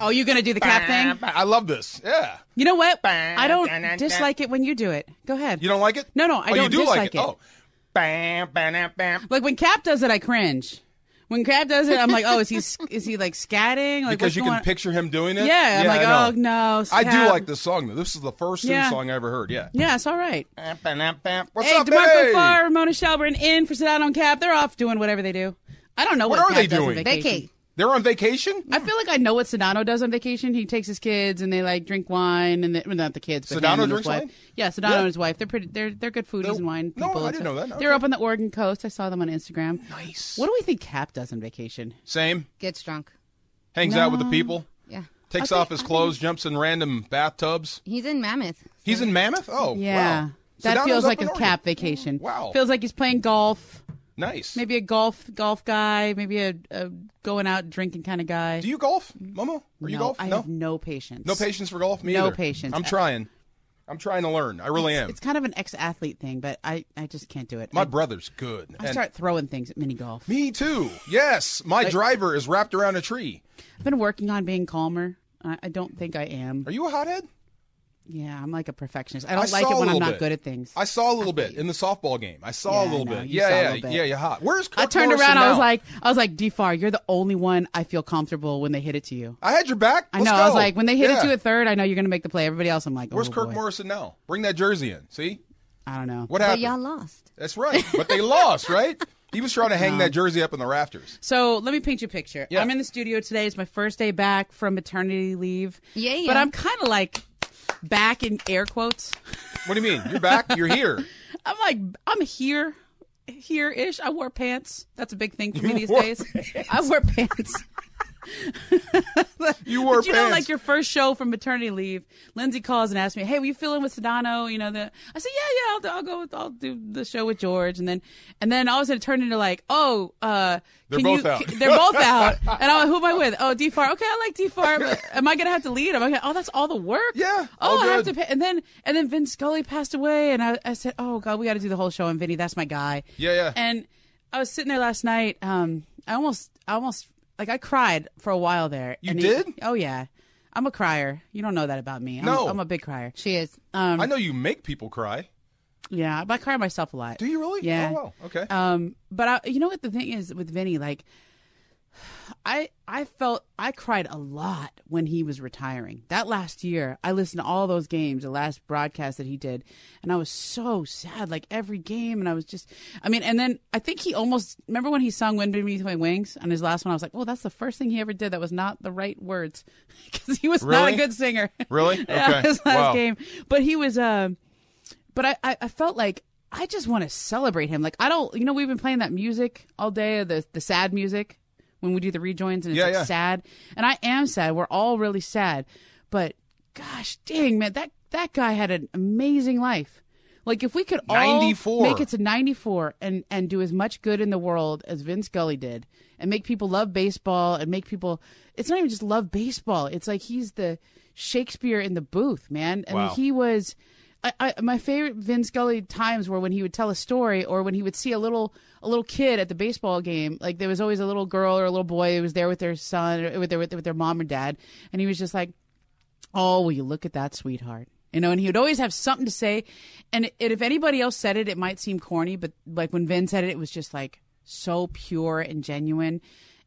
[SPEAKER 2] Oh, you gonna do the cap thing?
[SPEAKER 5] I love this. Yeah.
[SPEAKER 2] You know what? I don't dislike it when you do it. Go ahead.
[SPEAKER 5] You don't like it?
[SPEAKER 2] No, no, I
[SPEAKER 5] oh, you
[SPEAKER 2] don't
[SPEAKER 5] do like
[SPEAKER 2] dislike it.
[SPEAKER 5] Oh. Bam, bam, bam.
[SPEAKER 2] Like when Cap does it, I cringe. When Cap does it, I'm like, oh, is he is he like scatting? Like
[SPEAKER 5] Because
[SPEAKER 2] what's
[SPEAKER 5] you
[SPEAKER 2] going
[SPEAKER 5] can
[SPEAKER 2] on?
[SPEAKER 5] picture him doing it.
[SPEAKER 2] Yeah, I'm like,
[SPEAKER 5] I
[SPEAKER 2] oh, no,
[SPEAKER 5] I do
[SPEAKER 2] Scott.
[SPEAKER 5] like this song though. This is the first
[SPEAKER 2] Yeah.
[SPEAKER 5] new song I ever heard. Yeah.
[SPEAKER 2] Yeah, it's all right.
[SPEAKER 5] Bam, bam, bam. What's
[SPEAKER 2] hey,
[SPEAKER 5] up,
[SPEAKER 2] DeMarco
[SPEAKER 5] hey?
[SPEAKER 2] Farr, Ramona Shelburne in for Sedano and Cap. They're off doing whatever they do. I don't know what,
[SPEAKER 5] What are
[SPEAKER 2] Cap
[SPEAKER 5] they
[SPEAKER 2] does on
[SPEAKER 5] doing?
[SPEAKER 2] vacation.
[SPEAKER 5] They're on vacation.
[SPEAKER 2] I feel like I know what Sedano does on vacation. He takes his kids and they like drink wine and they, well, not the kids, but him
[SPEAKER 5] Sedano
[SPEAKER 2] and his
[SPEAKER 5] drinks
[SPEAKER 2] wife.
[SPEAKER 5] wine?
[SPEAKER 2] Yeah, Sedano and his wife. They're pretty. They're they're good foodies
[SPEAKER 5] No-
[SPEAKER 2] and wine
[SPEAKER 5] no,
[SPEAKER 2] people.
[SPEAKER 5] I
[SPEAKER 2] and
[SPEAKER 5] didn't
[SPEAKER 2] stuff.
[SPEAKER 5] know that.
[SPEAKER 2] They're
[SPEAKER 5] Okay.
[SPEAKER 2] up on the Oregon coast. I saw them on Instagram. Nice. What do we think Cap does on vacation?
[SPEAKER 5] Same.
[SPEAKER 7] Gets drunk.
[SPEAKER 5] Hangs out with the people.
[SPEAKER 7] Yeah.
[SPEAKER 5] Takes
[SPEAKER 2] I think-
[SPEAKER 5] off his clothes. Jumps in random bathtubs.
[SPEAKER 7] He's in Mammoth.
[SPEAKER 5] He's in Mammoth. Oh,
[SPEAKER 2] Yeah.
[SPEAKER 5] Wow.
[SPEAKER 2] That
[SPEAKER 5] Sedano's
[SPEAKER 2] feels
[SPEAKER 5] up
[SPEAKER 2] like
[SPEAKER 5] in
[SPEAKER 2] a
[SPEAKER 5] Oregon.
[SPEAKER 2] cap vacation.
[SPEAKER 5] Wow.
[SPEAKER 2] Feels like he's playing golf.
[SPEAKER 5] Nice.
[SPEAKER 2] Maybe a golf golf guy. Maybe a, a going out drinking kind of guy.
[SPEAKER 5] Do you golf, Momo? Are you
[SPEAKER 2] no,
[SPEAKER 5] golf?
[SPEAKER 2] I
[SPEAKER 5] no.
[SPEAKER 2] have no patience.
[SPEAKER 5] No patience for golf. Me
[SPEAKER 2] No
[SPEAKER 5] either.
[SPEAKER 2] patience.
[SPEAKER 5] I'm
[SPEAKER 2] I-
[SPEAKER 5] trying. I'm trying to learn. I really am.
[SPEAKER 2] It's kind of an ex athlete thing, but I, I just can't do it.
[SPEAKER 5] My
[SPEAKER 2] I,
[SPEAKER 5] brother's good.
[SPEAKER 2] I
[SPEAKER 5] and-
[SPEAKER 2] start throwing things at mini golf.
[SPEAKER 5] Me too. Yes, my driver is wrapped around a tree.
[SPEAKER 2] I've been working on being calmer. I, I don't think I am.
[SPEAKER 5] Are you a hothead?
[SPEAKER 2] Yeah, I'm like a perfectionist. I don't
[SPEAKER 5] I
[SPEAKER 2] like
[SPEAKER 5] saw
[SPEAKER 2] it
[SPEAKER 5] a
[SPEAKER 2] when I'm
[SPEAKER 5] little
[SPEAKER 2] not
[SPEAKER 5] bit.
[SPEAKER 2] good at things.
[SPEAKER 5] I saw a little bit in the softball game. I saw a
[SPEAKER 2] Yeah, I
[SPEAKER 5] little
[SPEAKER 2] know.
[SPEAKER 5] bit.
[SPEAKER 2] You
[SPEAKER 5] yeah,
[SPEAKER 2] saw a
[SPEAKER 5] yeah,
[SPEAKER 2] little bit.
[SPEAKER 5] yeah. You're hot. Where's Kirk
[SPEAKER 2] I turned
[SPEAKER 5] Morrison
[SPEAKER 2] around. I was
[SPEAKER 5] now?
[SPEAKER 2] like, I was like, Defar, you're the only one I feel comfortable when they hit it to you.
[SPEAKER 5] I had your back.
[SPEAKER 2] I
[SPEAKER 5] Let's
[SPEAKER 2] know. I was
[SPEAKER 5] go.
[SPEAKER 2] like, when they hit
[SPEAKER 5] Yeah.
[SPEAKER 2] it to a third, I know you're going to make the play. Everybody else, I'm like,
[SPEAKER 5] Where's
[SPEAKER 2] oh,
[SPEAKER 5] Kirk
[SPEAKER 2] boy.
[SPEAKER 5] Morrison now? Bring that jersey in. See
[SPEAKER 2] I don't know.
[SPEAKER 7] But
[SPEAKER 5] what happened?
[SPEAKER 7] y'all lost.
[SPEAKER 5] That's right. But they lost, right? He was trying to hang that jersey up in the rafters.
[SPEAKER 2] So let me paint you a picture.
[SPEAKER 5] Yeah.
[SPEAKER 2] I'm in the studio today. It's my first day back from maternity leave.
[SPEAKER 7] Yeah, yeah.
[SPEAKER 2] But I'm kind of like back in air quotes.
[SPEAKER 5] What do you mean? You're back. You're here.
[SPEAKER 2] I'm like I'm here, here ish. I wore pants. That's a big thing for me these
[SPEAKER 5] wore
[SPEAKER 2] days. I wore pants.
[SPEAKER 5] You wore
[SPEAKER 2] But you know,
[SPEAKER 5] pants.
[SPEAKER 2] like your first show from maternity leave, Lindsay calls and asks me, "Hey, will you fill in with Sedano?" You know, the I said, "Yeah, yeah, I'll, I'll go. With, I'll do the show with George." And then, and then all of a sudden, it turned into like, "Oh, uh,
[SPEAKER 5] They're
[SPEAKER 2] can
[SPEAKER 5] both
[SPEAKER 2] you,
[SPEAKER 5] out.
[SPEAKER 2] can- they're both out." And I'm like, "Who am I with? Oh, Defar. Okay, I like Defar. but Am I gonna have to lead? Am I gonna? Oh, that's all the work.
[SPEAKER 5] Yeah, all
[SPEAKER 2] Oh, I have to
[SPEAKER 5] good.
[SPEAKER 2] pay." And then, and then Vin Scully passed away, and I, I said, "Oh God, we got to do the whole show on Vinny. That's my guy."
[SPEAKER 5] Yeah, yeah.
[SPEAKER 2] And I was sitting there last night. Um, I almost, I almost. Like I cried for a while there.
[SPEAKER 5] You
[SPEAKER 2] and
[SPEAKER 5] did?
[SPEAKER 2] He, oh yeah, I'm a crier. You don't know that about me. I'm,
[SPEAKER 5] No.
[SPEAKER 2] I'm a big crier.
[SPEAKER 7] She is.
[SPEAKER 2] Um,
[SPEAKER 5] I know you make people cry.
[SPEAKER 2] yeah, but I cry myself a lot.
[SPEAKER 5] Do you really?
[SPEAKER 2] Yeah.
[SPEAKER 5] Oh, wow. Okay.
[SPEAKER 2] Um, but I, you know what the thing is with Vinny, like, I I felt I cried a lot when he was retiring. That last year, I listened to all those games, the last broadcast that he did, and I was so sad. Like every game, and I was just, I mean, and then I think he almost remember when he sung "Wind Beneath My Wings" on his last one. I was like, oh, that's the first thing he ever did that was not the right words because he was not
[SPEAKER 5] Really?
[SPEAKER 2] a good singer.
[SPEAKER 5] Really?
[SPEAKER 2] Yeah,
[SPEAKER 5] Okay.
[SPEAKER 2] his last
[SPEAKER 5] Wow.
[SPEAKER 2] game. But he was, um but I, I, I felt like I just want to celebrate him. Like I don't, you know, we've been playing that music all day, the the sad music when we do the rejoins, and it's
[SPEAKER 5] Yeah,
[SPEAKER 2] like
[SPEAKER 5] yeah.
[SPEAKER 2] sad. And I am sad. We're all really sad. But gosh, dang man, that that guy had an amazing life. Like if we could all
[SPEAKER 5] 94.
[SPEAKER 2] make it to 94 and and do as much good in the world as Vince Scully did and make people love baseball and make people it's not even just love baseball it's like he's the Shakespeare in the booth man I mean he was I, I, my favorite Vince Scully times were when he would tell a story or when he would see a little a little kid at the baseball game like there was always a little girl or a little boy who was there with their son or with their, with their mom or dad and he was just like Oh, will you look at that, sweetheart? You know, and he would always have something to say. And it, if anybody else said it, it might seem corny, but like when Vin said it, it was just like so pure and genuine.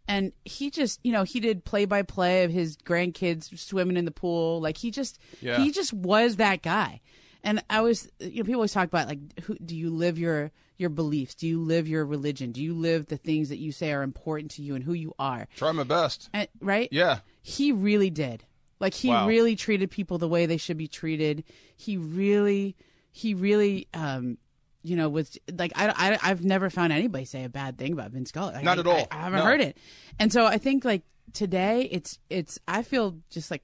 [SPEAKER 2] And he just, you know, he did play by play of his grandkids swimming in the pool. Like he just,
[SPEAKER 5] Yeah.
[SPEAKER 2] he just was that guy. And I was, you know, people always talk about like, who, do you live your your beliefs? Do you live your religion? Do you live the things that you say are important to you and who you are?
[SPEAKER 5] Try my best.
[SPEAKER 2] And, right?
[SPEAKER 5] Yeah.
[SPEAKER 2] he really did. Like he
[SPEAKER 5] Wow.
[SPEAKER 2] really treated people the way they should be treated. He really, he really, um, you know, was like I, I I've never found anybody say a bad thing about Vince Scully. Like,
[SPEAKER 5] Not
[SPEAKER 2] I-
[SPEAKER 5] at all.
[SPEAKER 2] I, I haven't
[SPEAKER 5] No.
[SPEAKER 2] heard it, and so I think like today it's it's I feel just like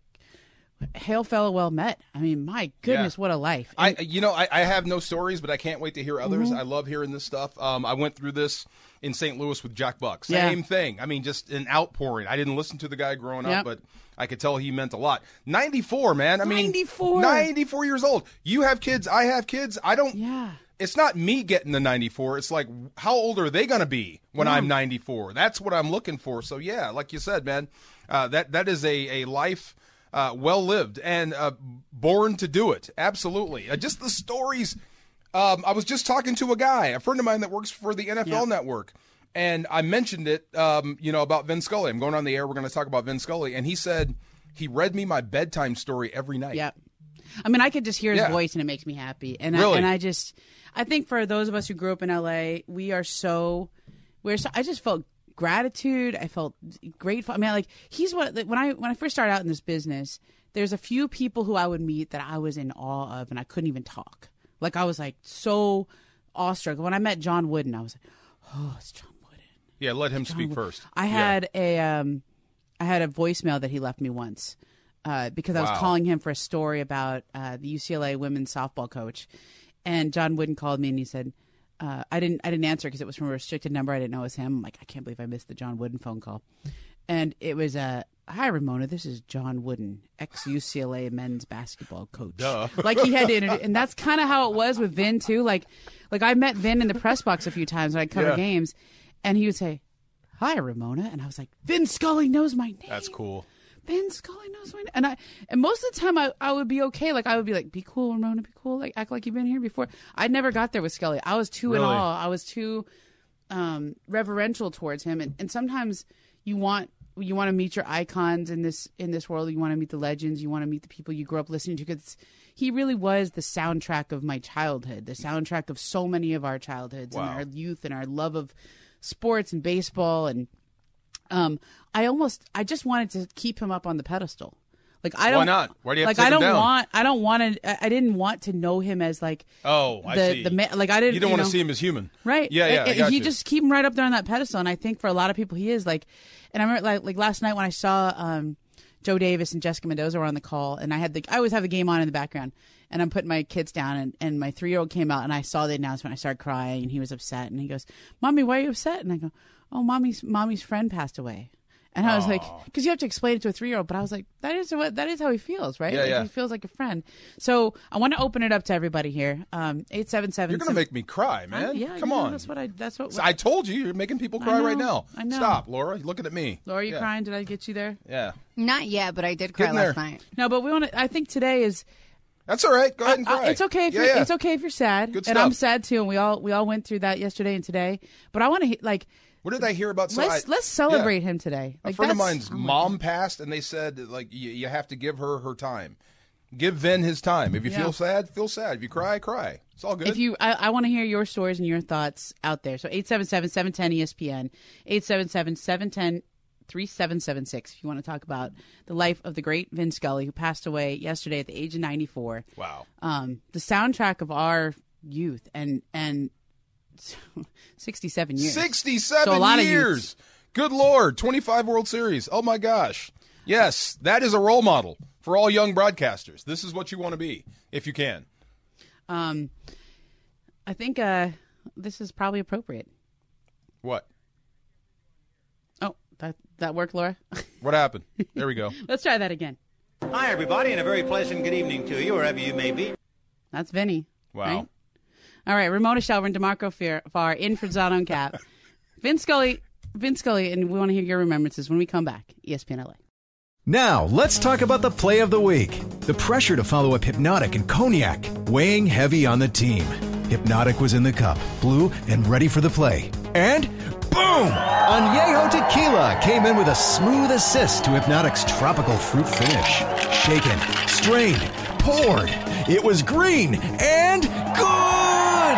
[SPEAKER 2] hail fellow well met. I mean, my goodness, what a life!
[SPEAKER 5] I, you know, I, I have no stories, but I can't wait to hear others.
[SPEAKER 2] Mm-hmm.
[SPEAKER 5] I love hearing this stuff. Um, I went through this in St. Louis with Jack Buck.
[SPEAKER 2] Yeah.
[SPEAKER 5] Same thing. I mean, just an outpouring. I didn't listen to the guy growing
[SPEAKER 2] Yep.
[SPEAKER 5] up, but I could tell he meant a lot. 94, man. I mean,
[SPEAKER 2] 94.
[SPEAKER 5] 94 years old. You have kids. I have kids. I don't.
[SPEAKER 2] Yeah.
[SPEAKER 5] It's not me getting the 94. It's like, how old are they going to be when I'm 94? That's what I'm looking for. So, yeah, like you said, man, uh, that, that is a, a life uh, well lived and uh, born to do it. Absolutely. Uh, just the stories. Um, I was just talking to a guy, a friend of mine that works for the NFL network. And I mentioned it, um, you know, about Vin Scully. I'm going on the air. We're going to talk about Vin Scully. And he said he read me my bedtime story every night.
[SPEAKER 2] Yep. I mean, I could just hear his
[SPEAKER 5] Yeah.
[SPEAKER 2] voice and it makes me happy. And
[SPEAKER 5] Really?
[SPEAKER 2] I, and I just, I think for those of us who grew up in LA, we are so, we're so. I just felt gratitude. I felt grateful. I mean, like he's what like, when I when I first started out in this business, there's a few people who I would meet that I was in awe of, and I couldn't even talk. Like I was like so awestruck when I met John Wooden. I was like, oh, it's John Wooden.
[SPEAKER 5] Yeah, let him speak first.
[SPEAKER 2] I had a um, I had a voicemail that he left me once uh, because I was calling him for a story about uh, the UCLA women's softball coach, and John Wooden called me and he said. Uh, I didn't. I didn't answer because it was from a restricted number. I didn't know it was him. I'm like, I can't believe I missed the John Wooden phone call, and it was uh, "Hi Ramona, this is John Wooden, ex UCLA men's basketball coach." Like he had to, introduce, and that's kind of how it was with Vin too. Like, like I met Vin in the press box a few times when I cover games, and he would say, hi Ramona, and I was like, Vin Scully knows my name.
[SPEAKER 5] That's cool.
[SPEAKER 2] Vin Scully knows my name, and I and most of the time I, I would be okay, like I would be like, be cool, Ramona, be cool, like act like you've been here before. I never got there with Scully. I was too in
[SPEAKER 5] Really?
[SPEAKER 2] awe. I was too um, reverential towards him, and, and sometimes you want you want to meet your icons in this in this world. You want to meet the legends. You want to meet the people you grew up listening to because he really was the soundtrack of my childhood, the soundtrack of so many of our childhoods and our youth and our love of sports and baseball and um, I almost I just wanted to keep him up on the pedestal. Like I
[SPEAKER 5] Why
[SPEAKER 2] don't.
[SPEAKER 5] not? Why do you have
[SPEAKER 2] like
[SPEAKER 5] to take
[SPEAKER 2] I
[SPEAKER 5] him
[SPEAKER 2] don't
[SPEAKER 5] down?
[SPEAKER 2] want. I don't want to. I- I didn't want to know him as like.
[SPEAKER 5] Oh,
[SPEAKER 2] the
[SPEAKER 5] I see.
[SPEAKER 2] the ma- like I didn't.
[SPEAKER 5] You don't want
[SPEAKER 2] know.
[SPEAKER 5] to see him as human,
[SPEAKER 2] Right.
[SPEAKER 5] Yeah, yeah. I
[SPEAKER 2] If- if
[SPEAKER 5] got
[SPEAKER 2] he
[SPEAKER 5] you.
[SPEAKER 2] just keep him right up there on that pedestal, and I think for a lot of people he is like. And I remember like like last night when I saw um, Joe Davis and Jessica Mendoza were on the call, and I had the I always have the game on in the background, and I'm putting my kids down, and, and my three year old came out, and I saw the announcement, I started crying, and he was upset, and he goes, "Mommy, why are you upset?" And I go, "Oh, mommy's mommy's friend passed away." And I was like, because you have to explain it to a three-year-old. But I was like, that is what that is how he feels, right?
[SPEAKER 5] Yeah,
[SPEAKER 2] like,
[SPEAKER 5] yeah.
[SPEAKER 2] He feels like a friend. So I want to open it up to everybody here. Um, eight seven seven.
[SPEAKER 5] You're gonna make me cry, man.
[SPEAKER 2] yeah,
[SPEAKER 5] come
[SPEAKER 2] you know,
[SPEAKER 5] on.
[SPEAKER 2] That's what I. That's what.
[SPEAKER 5] I told you, you're making people cry right
[SPEAKER 2] know,
[SPEAKER 5] now.
[SPEAKER 2] I know.
[SPEAKER 5] Stop, Laura. You're looking at me.
[SPEAKER 2] Laura, are you
[SPEAKER 5] yeah.
[SPEAKER 2] crying? Did I get you there?
[SPEAKER 5] Yeah,
[SPEAKER 7] Not yet, but I did cry
[SPEAKER 5] in
[SPEAKER 7] last
[SPEAKER 5] there.
[SPEAKER 7] night.
[SPEAKER 2] No, but we want to. I think today is.
[SPEAKER 5] that's all right. Go ahead and
[SPEAKER 2] uh,
[SPEAKER 5] cry.
[SPEAKER 2] it's okay. If
[SPEAKER 5] yeah,
[SPEAKER 2] you're,
[SPEAKER 5] yeah.
[SPEAKER 2] It's okay if you're sad,
[SPEAKER 5] Good
[SPEAKER 2] and I'm
[SPEAKER 5] stuff.
[SPEAKER 2] sad too. And we all we all went through that yesterday and today. But I want to like
[SPEAKER 5] What did I hear about? so
[SPEAKER 2] let's
[SPEAKER 5] I-
[SPEAKER 2] let's
[SPEAKER 5] yeah.
[SPEAKER 2] celebrate him today. Like
[SPEAKER 5] a friend of
[SPEAKER 2] that's- oh
[SPEAKER 5] mine's mom passed, and they said like you, you have to give her her time. Give Vin his time. If you
[SPEAKER 2] Yeah.
[SPEAKER 5] feel sad, feel sad. If you cry, cry. It's all good.
[SPEAKER 2] If you, I, I want to hear your stories and your thoughts out there. So E 877-710-ESPN, 877-710-3776. If you want to talk about the life of the great Vin Scully, who passed away yesterday at the age of 94.
[SPEAKER 5] wow.
[SPEAKER 2] Um, the soundtrack of our youth and, and 67 years.
[SPEAKER 5] 67
[SPEAKER 2] So a lot of
[SPEAKER 5] years.
[SPEAKER 2] youths.
[SPEAKER 5] Good Lord. 25 World Series. Oh my gosh. Yes, that is a role model for all young broadcasters. This is what you want to be if you can.
[SPEAKER 2] Um, I think uh, this is probably appropriate.
[SPEAKER 5] What?
[SPEAKER 2] Oh, that, that worked, Laura?
[SPEAKER 5] What happened? There we go.
[SPEAKER 2] Let's try that again.
[SPEAKER 4] Hi, everybody, and a very pleasant good evening to you, wherever you may be.
[SPEAKER 2] That's Vinny.
[SPEAKER 5] Wow.
[SPEAKER 2] right? All right, Ramona Shelburne, Demarco Far- Far in for Zone on Cap. Vince Scully, Vince Scully, and we want to hear your remembrances when we come back. E ESPN LA.
[SPEAKER 6] Now, let's talk about the play of the week. The pressure to follow up Hypnotic and Cognac, weighing heavy on the team. Hypnotic was in the cup, blue, and ready for the play. And boom! Añejo Tequila came in with a smooth assist to Hypnotic's tropical fruit finish. Shaken, strained, poured. It was green and good!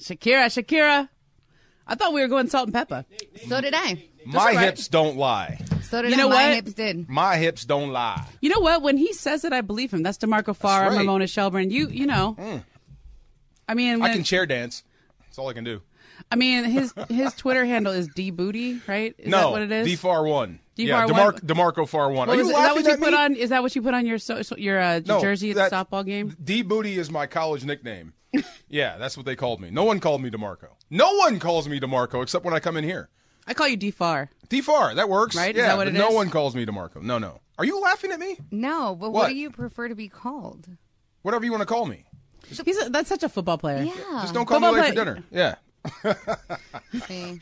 [SPEAKER 2] Shakira, Shakira. I thought we were going salt and pepper.
[SPEAKER 7] So did I.
[SPEAKER 5] My hips don't lie.
[SPEAKER 7] So did
[SPEAKER 2] You
[SPEAKER 7] I.
[SPEAKER 2] know
[SPEAKER 7] My
[SPEAKER 2] what?
[SPEAKER 7] hips did.
[SPEAKER 5] My hips don't lie.
[SPEAKER 2] You know what? When he says it, I believe him. That's DeMarco Farr,
[SPEAKER 5] right.
[SPEAKER 2] Ramona Shelburne. You, you know. I mean,
[SPEAKER 5] Mm. I
[SPEAKER 2] when-
[SPEAKER 5] can chair dance. That's all I can do.
[SPEAKER 2] I mean, his his Twitter handle is D Booty, right? Is that
[SPEAKER 5] no.
[SPEAKER 2] what it is?
[SPEAKER 5] D far one.
[SPEAKER 2] D Far1.
[SPEAKER 5] yeah, DeMar- DeMarco far one.
[SPEAKER 2] What
[SPEAKER 5] Are you
[SPEAKER 2] was it- is that
[SPEAKER 5] laughing
[SPEAKER 2] what you
[SPEAKER 5] at
[SPEAKER 2] put
[SPEAKER 5] me?
[SPEAKER 2] on? Is that what you put on your so, so- your uh,
[SPEAKER 5] No,
[SPEAKER 2] jersey at
[SPEAKER 5] that-
[SPEAKER 2] the softball game?
[SPEAKER 5] D Booty is my college nickname. yeah, that's what they called me. No one called me DeMarco. No one calls me DeMarco except when I come in here.
[SPEAKER 2] I call you D Far.
[SPEAKER 5] DFAR, that works.
[SPEAKER 2] Right? Is
[SPEAKER 5] Yeah,
[SPEAKER 2] that what
[SPEAKER 5] but
[SPEAKER 2] it
[SPEAKER 5] no
[SPEAKER 2] is?
[SPEAKER 5] one calls me DeMarco. No, no. Are you laughing at me?
[SPEAKER 7] No, but what?
[SPEAKER 5] What?
[SPEAKER 7] do you prefer to be called?
[SPEAKER 5] Whatever you want to call me.
[SPEAKER 2] He's a, that's such a football player.
[SPEAKER 7] Yeah.
[SPEAKER 5] Just don't call
[SPEAKER 2] Football
[SPEAKER 5] me late for
[SPEAKER 2] player.
[SPEAKER 5] dinner. Yeah.
[SPEAKER 7] See?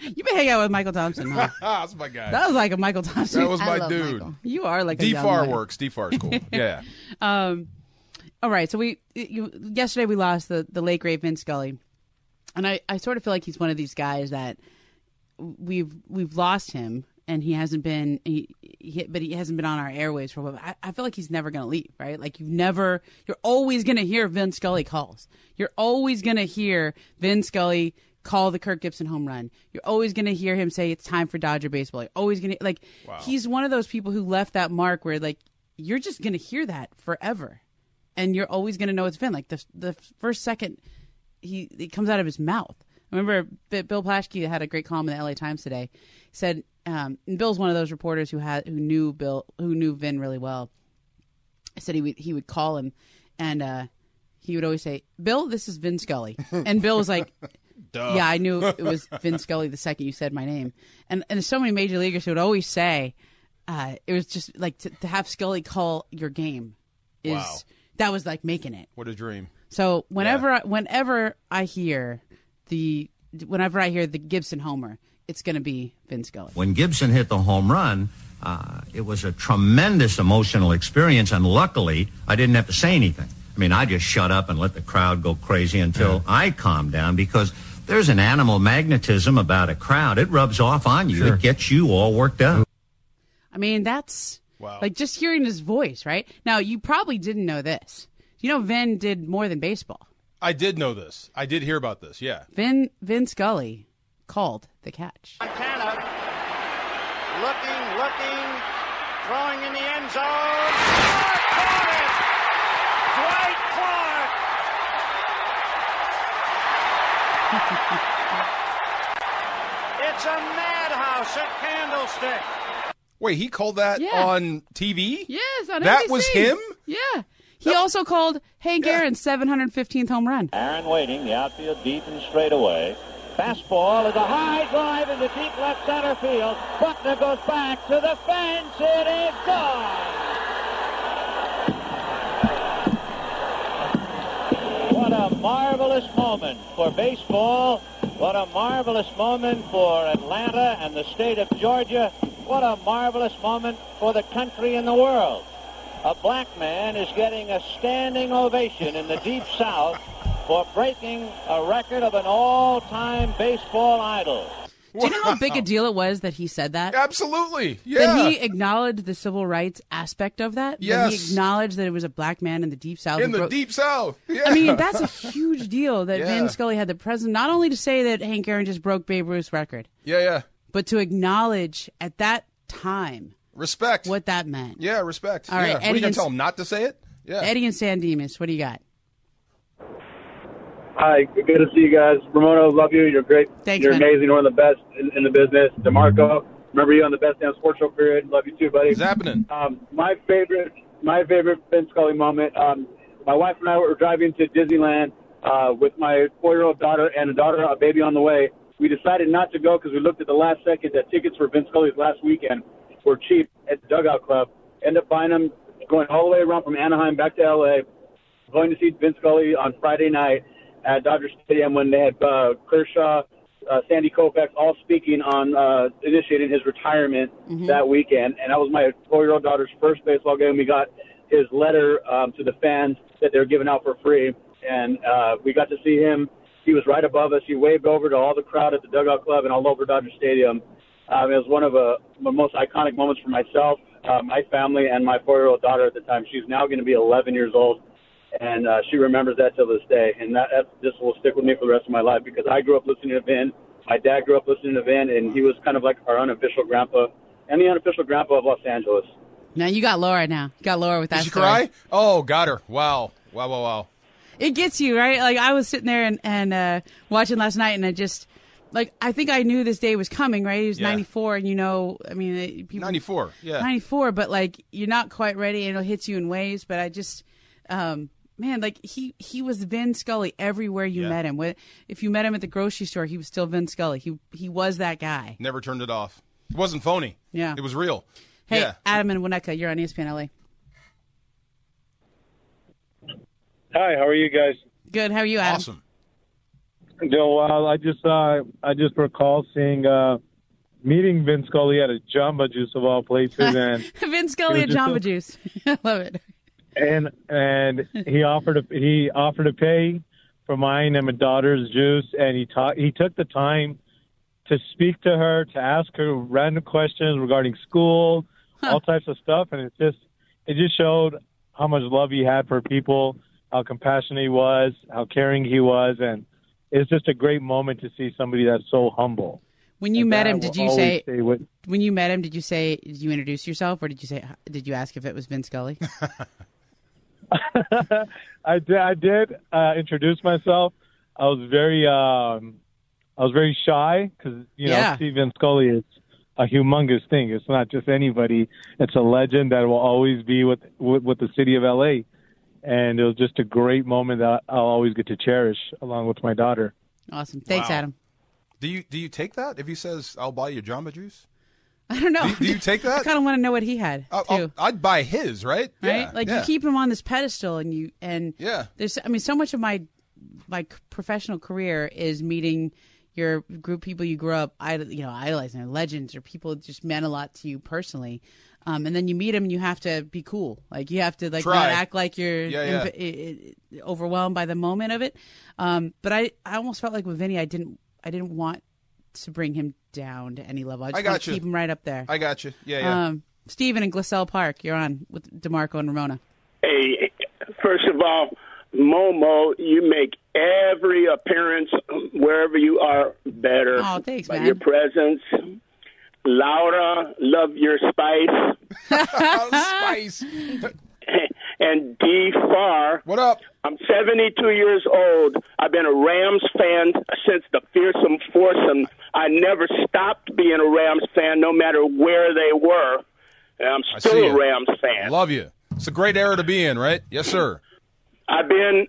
[SPEAKER 2] You've been hanging out with Michael Thompson. Huh?
[SPEAKER 5] Ah, that's my guy.
[SPEAKER 2] That was like a Michael Thompson.
[SPEAKER 5] that was
[SPEAKER 7] I
[SPEAKER 5] my
[SPEAKER 7] love
[SPEAKER 5] dude.
[SPEAKER 7] Michael.
[SPEAKER 2] you are like a young
[SPEAKER 5] DFAR
[SPEAKER 2] Michael.
[SPEAKER 5] works. DFAR's cool. yeah.
[SPEAKER 2] Um, all right. So we you, yesterday we lost the the late great Vince Scully, and I I sort of feel like he's one of these guys that we've we've lost him and he hasn't been he, he but he hasn't been on our airways for a while. I, I feel like he's never going to leave, right? Like you've never you're always going to hear Vin Scully calls. You're always going to hear Vin Scully call the Kirk Gibson home run. You're always going to hear him say it's time for Dodger baseball. You're always going to like he's one of those people who left that mark where like you're just going to hear that forever. And you're always going to know it's Vin. Like the the first second he it comes out of his mouth. I remember B- Bill Plaschke had a great column in the LA Times today. He said um, and Bill's one of those reporters who had who knew Bill who knew Vin really well. I said he would he would call him and uh, he would always say, "Bill, this is Vin Scully," and Bill was like.
[SPEAKER 6] Oh.
[SPEAKER 2] Yeah, I knew it was Vin Scully the second you said my name, and and so many major leaguers who would always say, uh, it was just like to, to have Scully call your game is
[SPEAKER 5] Wow.
[SPEAKER 2] that was like making it.
[SPEAKER 5] What a dream.
[SPEAKER 2] So whenever I, whenever I hear the whenever I hear the Gibson homer, it's going to be Vin Scully.
[SPEAKER 8] When Gibson hit the home run, uh, it was a tremendous emotional experience, and luckily, I didn't have to say anything. I mean, I just shut up and let the crowd go crazy until I calmed down because there's an animal magnetism about a crowd. It rubs off on you, it gets you all worked up.
[SPEAKER 2] I mean, that's like just hearing his voice, right? Now you probably didn't know this. You know, Vin did more than baseball.
[SPEAKER 5] I did know this. I did hear about this. Yeah.
[SPEAKER 2] Vin Vin Scully called the catch.
[SPEAKER 9] Montana looking, looking, throwing in the end zone. Clark caught it! Dwight Clark! it's a madhouse at Candlestick.
[SPEAKER 5] Wait, he called that
[SPEAKER 2] Yeah.
[SPEAKER 5] on TV?
[SPEAKER 2] Yes, on
[SPEAKER 5] That
[SPEAKER 2] NBC.
[SPEAKER 5] was him?
[SPEAKER 2] Yeah. He also called Hank Aaron's 715th home run.
[SPEAKER 5] Uh,
[SPEAKER 9] Aaron waiting, the outfield deep and straight away. Fastball is a high drive into deep left center field. Buckner goes back to the fence. It is gone. What a marvelous moment for baseball. What a marvelous moment for Atlanta and the state of Georgia. What a marvelous moment for the country and the world. A black man is getting a standing ovation in the deep south for breaking a record of an all-time baseball idol.
[SPEAKER 2] Do you know how big a deal it was that he said that?
[SPEAKER 5] Absolutely. Yeah.
[SPEAKER 2] That he acknowledged the civil rights aspect of that. That he
[SPEAKER 5] Yes.
[SPEAKER 2] acknowledged that it was a black man in the deep south.
[SPEAKER 5] In
[SPEAKER 2] who
[SPEAKER 5] the
[SPEAKER 2] broke-
[SPEAKER 5] deep south. Yeah.
[SPEAKER 2] I mean, that's a huge deal that
[SPEAKER 5] Yeah.
[SPEAKER 2] Vin Scully had the president not only to say that Hank Aaron just broke Babe Ruth's record,
[SPEAKER 5] yeah, yeah.
[SPEAKER 2] but to acknowledge at that time
[SPEAKER 5] Respect.
[SPEAKER 2] what that meant.
[SPEAKER 5] Yeah, respect.
[SPEAKER 2] All
[SPEAKER 5] yeah.
[SPEAKER 2] right,
[SPEAKER 5] What are
[SPEAKER 2] Eddie
[SPEAKER 5] you gonna
[SPEAKER 2] and-
[SPEAKER 5] tell him not to say it? Yeah.
[SPEAKER 2] Eddie and San Dimas, what do you got?
[SPEAKER 10] Hi, good to see you guys. Ramono, love you. You're great.
[SPEAKER 2] Thanks,
[SPEAKER 10] You're
[SPEAKER 2] man.
[SPEAKER 10] amazing. One of the best in, in the business. DeMarco, remember you on the best damn sports show period. Love you too, buddy.
[SPEAKER 5] It's happening.
[SPEAKER 10] Um, my favorite, my favorite Vince Scully moment. Um, my wife and I were driving to Disneyland uh, with my four-year-old daughter and a daughter, a baby on the way. We decided not to go because we looked at the last second that tickets for Vince Scully's last weekend were cheap at the Dugout Club. End up buying them, going all the way around from Anaheim back to L.A. Going to see Vince Scully on Friday night at Dodger Stadium when they had uh, Kershaw, uh, Sandy Koufax all speaking on uh, initiating his retirement that weekend, and that was my four-year-old daughter's first baseball game. We got his letter um, to the fans that they were giving out for free, and uh, we got to see him. He was right above us. He waved over to all the crowd at the dugout club and all over Dodger Stadium. Um, it was one of uh, the most iconic moments for myself, uh, my family, and my four-year-old daughter at the time. She's now going to be 11 years old, and uh, she remembers that till this day. And that, that this will stick with me for the rest of my life because I grew up listening to Vin. My dad grew up listening to Vin, and he was kind of like our unofficial grandpa and the unofficial grandpa of Los Angeles.
[SPEAKER 2] Now you got Laura. Now you got Laura with that.
[SPEAKER 5] Did she
[SPEAKER 2] story.
[SPEAKER 5] cry? Oh, got her. Wow. Wow, wow, wow.
[SPEAKER 2] it gets you right like i was sitting there and, and uh, watching last night and i just like i think i knew this day was coming right he was
[SPEAKER 5] Yeah.
[SPEAKER 2] 94 and you know i mean it- people,
[SPEAKER 5] 94. Yeah.
[SPEAKER 2] 94 but like you're not quite ready and it'll hit you in waves but i just um man like he he was vin scully everywhere you met him Wh- if you met him at the grocery store he was still vin scully he he was that guy
[SPEAKER 5] Never turned it off. It wasn't phony.
[SPEAKER 2] Yeah.
[SPEAKER 5] It was real.
[SPEAKER 2] hey
[SPEAKER 5] Yeah.
[SPEAKER 2] adam and Winneka, you're on E espn la
[SPEAKER 11] Hi, how are you guys?
[SPEAKER 2] good how are you adam
[SPEAKER 5] Awesome.
[SPEAKER 11] Doing well. I just uh, I just recall seeing uh, meeting Vince Scully at a Jamba Juice of all places, and
[SPEAKER 2] vin scully at
[SPEAKER 11] It was just
[SPEAKER 2] jamba
[SPEAKER 11] so-
[SPEAKER 2] juice i love it
[SPEAKER 11] and and he offered to, he offered to pay for mine and my daughter's juice, and he taught he took the time to speak to her, to ask her random questions regarding school, all types of stuff, and it just it just showed how much love he had for people, how compassionate he was, how caring he was, and it's just a great moment to see somebody that's so humble.
[SPEAKER 2] when you
[SPEAKER 11] And
[SPEAKER 2] met
[SPEAKER 11] that
[SPEAKER 2] him
[SPEAKER 11] will
[SPEAKER 2] did you
[SPEAKER 11] always
[SPEAKER 2] say
[SPEAKER 11] stay with-
[SPEAKER 2] when you met him, did you say did you introduce yourself, or did you say did you ask if it was Vin Scully?
[SPEAKER 11] I did. I did uh, introduce myself. I was very, um, I was very shy because you
[SPEAKER 2] Yeah.
[SPEAKER 11] know Steven Scully is a humongous thing. It's not just anybody. It's a legend that will always be with with, with the city of LA, and it was just a great moment that I'll always get to cherish along with my daughter.
[SPEAKER 2] awesome, thanks,
[SPEAKER 5] Wow.
[SPEAKER 2] Adam.
[SPEAKER 5] Do you do you take that if he says I'll buy you Jamba Juice?
[SPEAKER 2] I don't know.
[SPEAKER 5] Do you take
[SPEAKER 2] I
[SPEAKER 5] that?
[SPEAKER 2] kind of want to know what he had.
[SPEAKER 5] I'll, I'd buy his, right?
[SPEAKER 2] right?
[SPEAKER 5] Yeah,
[SPEAKER 2] like
[SPEAKER 5] yeah.
[SPEAKER 2] you keep him on this pedestal, and you and
[SPEAKER 5] Yeah.
[SPEAKER 2] There's, I mean, so much of my my c- professional career is meeting your group people you grew up, I you know, idolizing, or legends, or people that just meant a lot to you personally. Um, and then you meet them, and you have to be cool. Like you have to like
[SPEAKER 12] Try.
[SPEAKER 2] not act like you're
[SPEAKER 12] Yeah, yeah.
[SPEAKER 2] inv- i- i- overwhelmed by the moment of it. Um, but I, I almost felt like with Vinny, I didn't, I didn't want to bring him down to any level. I just
[SPEAKER 5] I got
[SPEAKER 2] want to
[SPEAKER 5] you.
[SPEAKER 2] keep him right up there.
[SPEAKER 5] I got you. Yeah, yeah.
[SPEAKER 2] Um, Steven and Glissell Park, you're on with DeMarco and Ramona.
[SPEAKER 13] Hey, first of all, Momo, you make every appearance wherever you are better.
[SPEAKER 2] Oh, thanks,
[SPEAKER 13] by
[SPEAKER 2] man.
[SPEAKER 13] Your presence. Laura, love your spice.
[SPEAKER 5] spice.
[SPEAKER 13] and D Far.
[SPEAKER 5] What up?
[SPEAKER 13] I'm 72 years old. I've been a Rams fan since the fearsome foursome. I never stopped being a Rams fan, no matter where they were. And I'm
[SPEAKER 5] I
[SPEAKER 13] still
[SPEAKER 5] see
[SPEAKER 13] a
[SPEAKER 5] you.
[SPEAKER 13] Rams fan.
[SPEAKER 2] Um,
[SPEAKER 5] Love you. It's a great era to be in, right? Yes, sir.
[SPEAKER 13] I've been.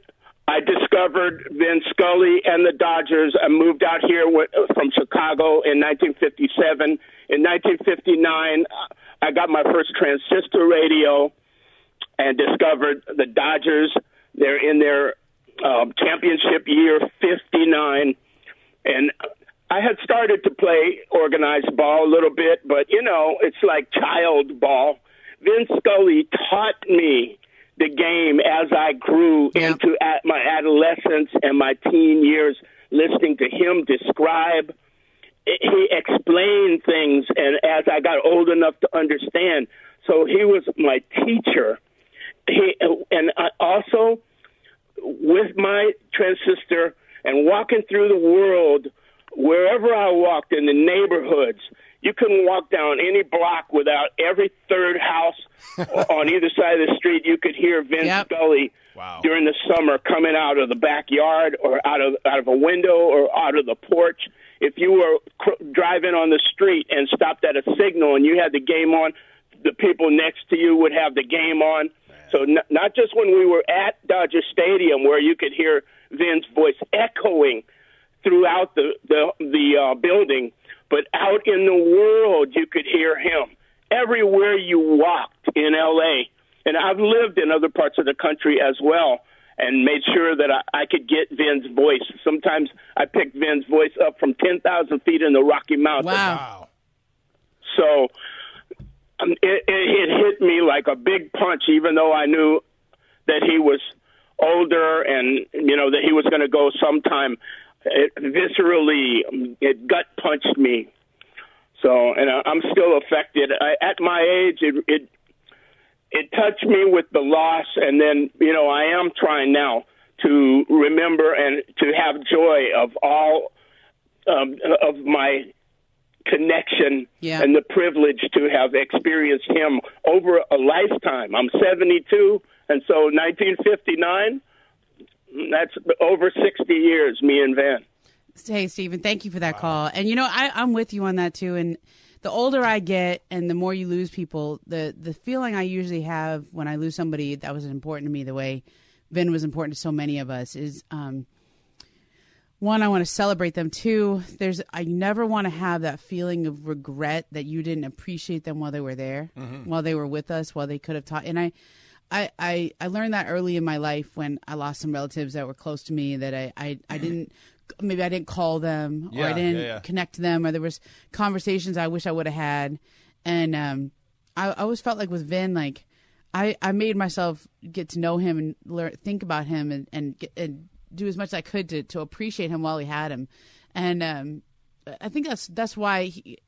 [SPEAKER 13] I discovered Vin Scully and the Dodgers. I moved out here with, from Chicago in 1957. In 1959, I got my first transistor radio and discovered the Dodgers. They're in their um, championship year, 59. And I had started to play organized ball a little bit, but you know, it's like child ball. Vin Scully taught me the game as I grew into at my adolescence and my teen years, listening to him describe. He explained things, and as I got old enough to understand, so he was my teacher. He and I also with my transistor and walking through the world wherever I walked in the neighborhoods. You couldn't walk down any block without every third house on either side of the street. You could hear Vince Scully during the summer coming out of the backyard or out of out of a window or out of the porch. If you were cr- driving on the street and stopped at a signal and you had the game on, the people next to you would have the game on. So n- not just when we were at Dodger Stadium where you could hear Vin's voice echoing throughout the the, the uh, building, but out in the world you could hear him everywhere you walked in L.A. And I've lived in other parts of the country as well, and made sure that I, I could get Vin's voice. Sometimes I picked Vin's voice up from ten thousand feet in the Rocky Mountains. Wow! So um, it, it, it hit me like a big punch, even though I knew that he was older and you know that he was going to go sometime it viscerally um, it gut punched me so and I, i'm still affected I, at my age it, it it touched me with the loss and then you know i am trying now to remember and to have joy of all um, of my connection
[SPEAKER 14] Yeah.
[SPEAKER 13] and the privilege to have experienced him over a lifetime i'm 72 and so 1959 that's over 60 years me and van
[SPEAKER 2] Hey, Stephen, thank you for that call. And you know, I, I'm with you on that too. And the older I get, and the more you lose people, the the feeling I usually have when I lose somebody that was important to me, the way Vin was important to so many of us, is um, one, I want to celebrate them. Two, there's I never want to have that feeling of regret that you didn't appreciate them while they were there,
[SPEAKER 12] Mhm.
[SPEAKER 2] while they were with us, while they could have taught. And I, I, I, I learned that early in my life when I lost some relatives that were close to me that I, I, I didn't. Maybe I didn't call them, or I
[SPEAKER 12] Mm-hmm. Yeah,
[SPEAKER 2] didn't
[SPEAKER 12] yeah, yeah.
[SPEAKER 2] connect to them, or there was conversations I wish I would have had, and um, I, I always felt like with Vin, like I, I made myself get to know him and learn, think about him and and, get, and do as much as I could to, to appreciate him while he had him, and um, I think that's that's why he,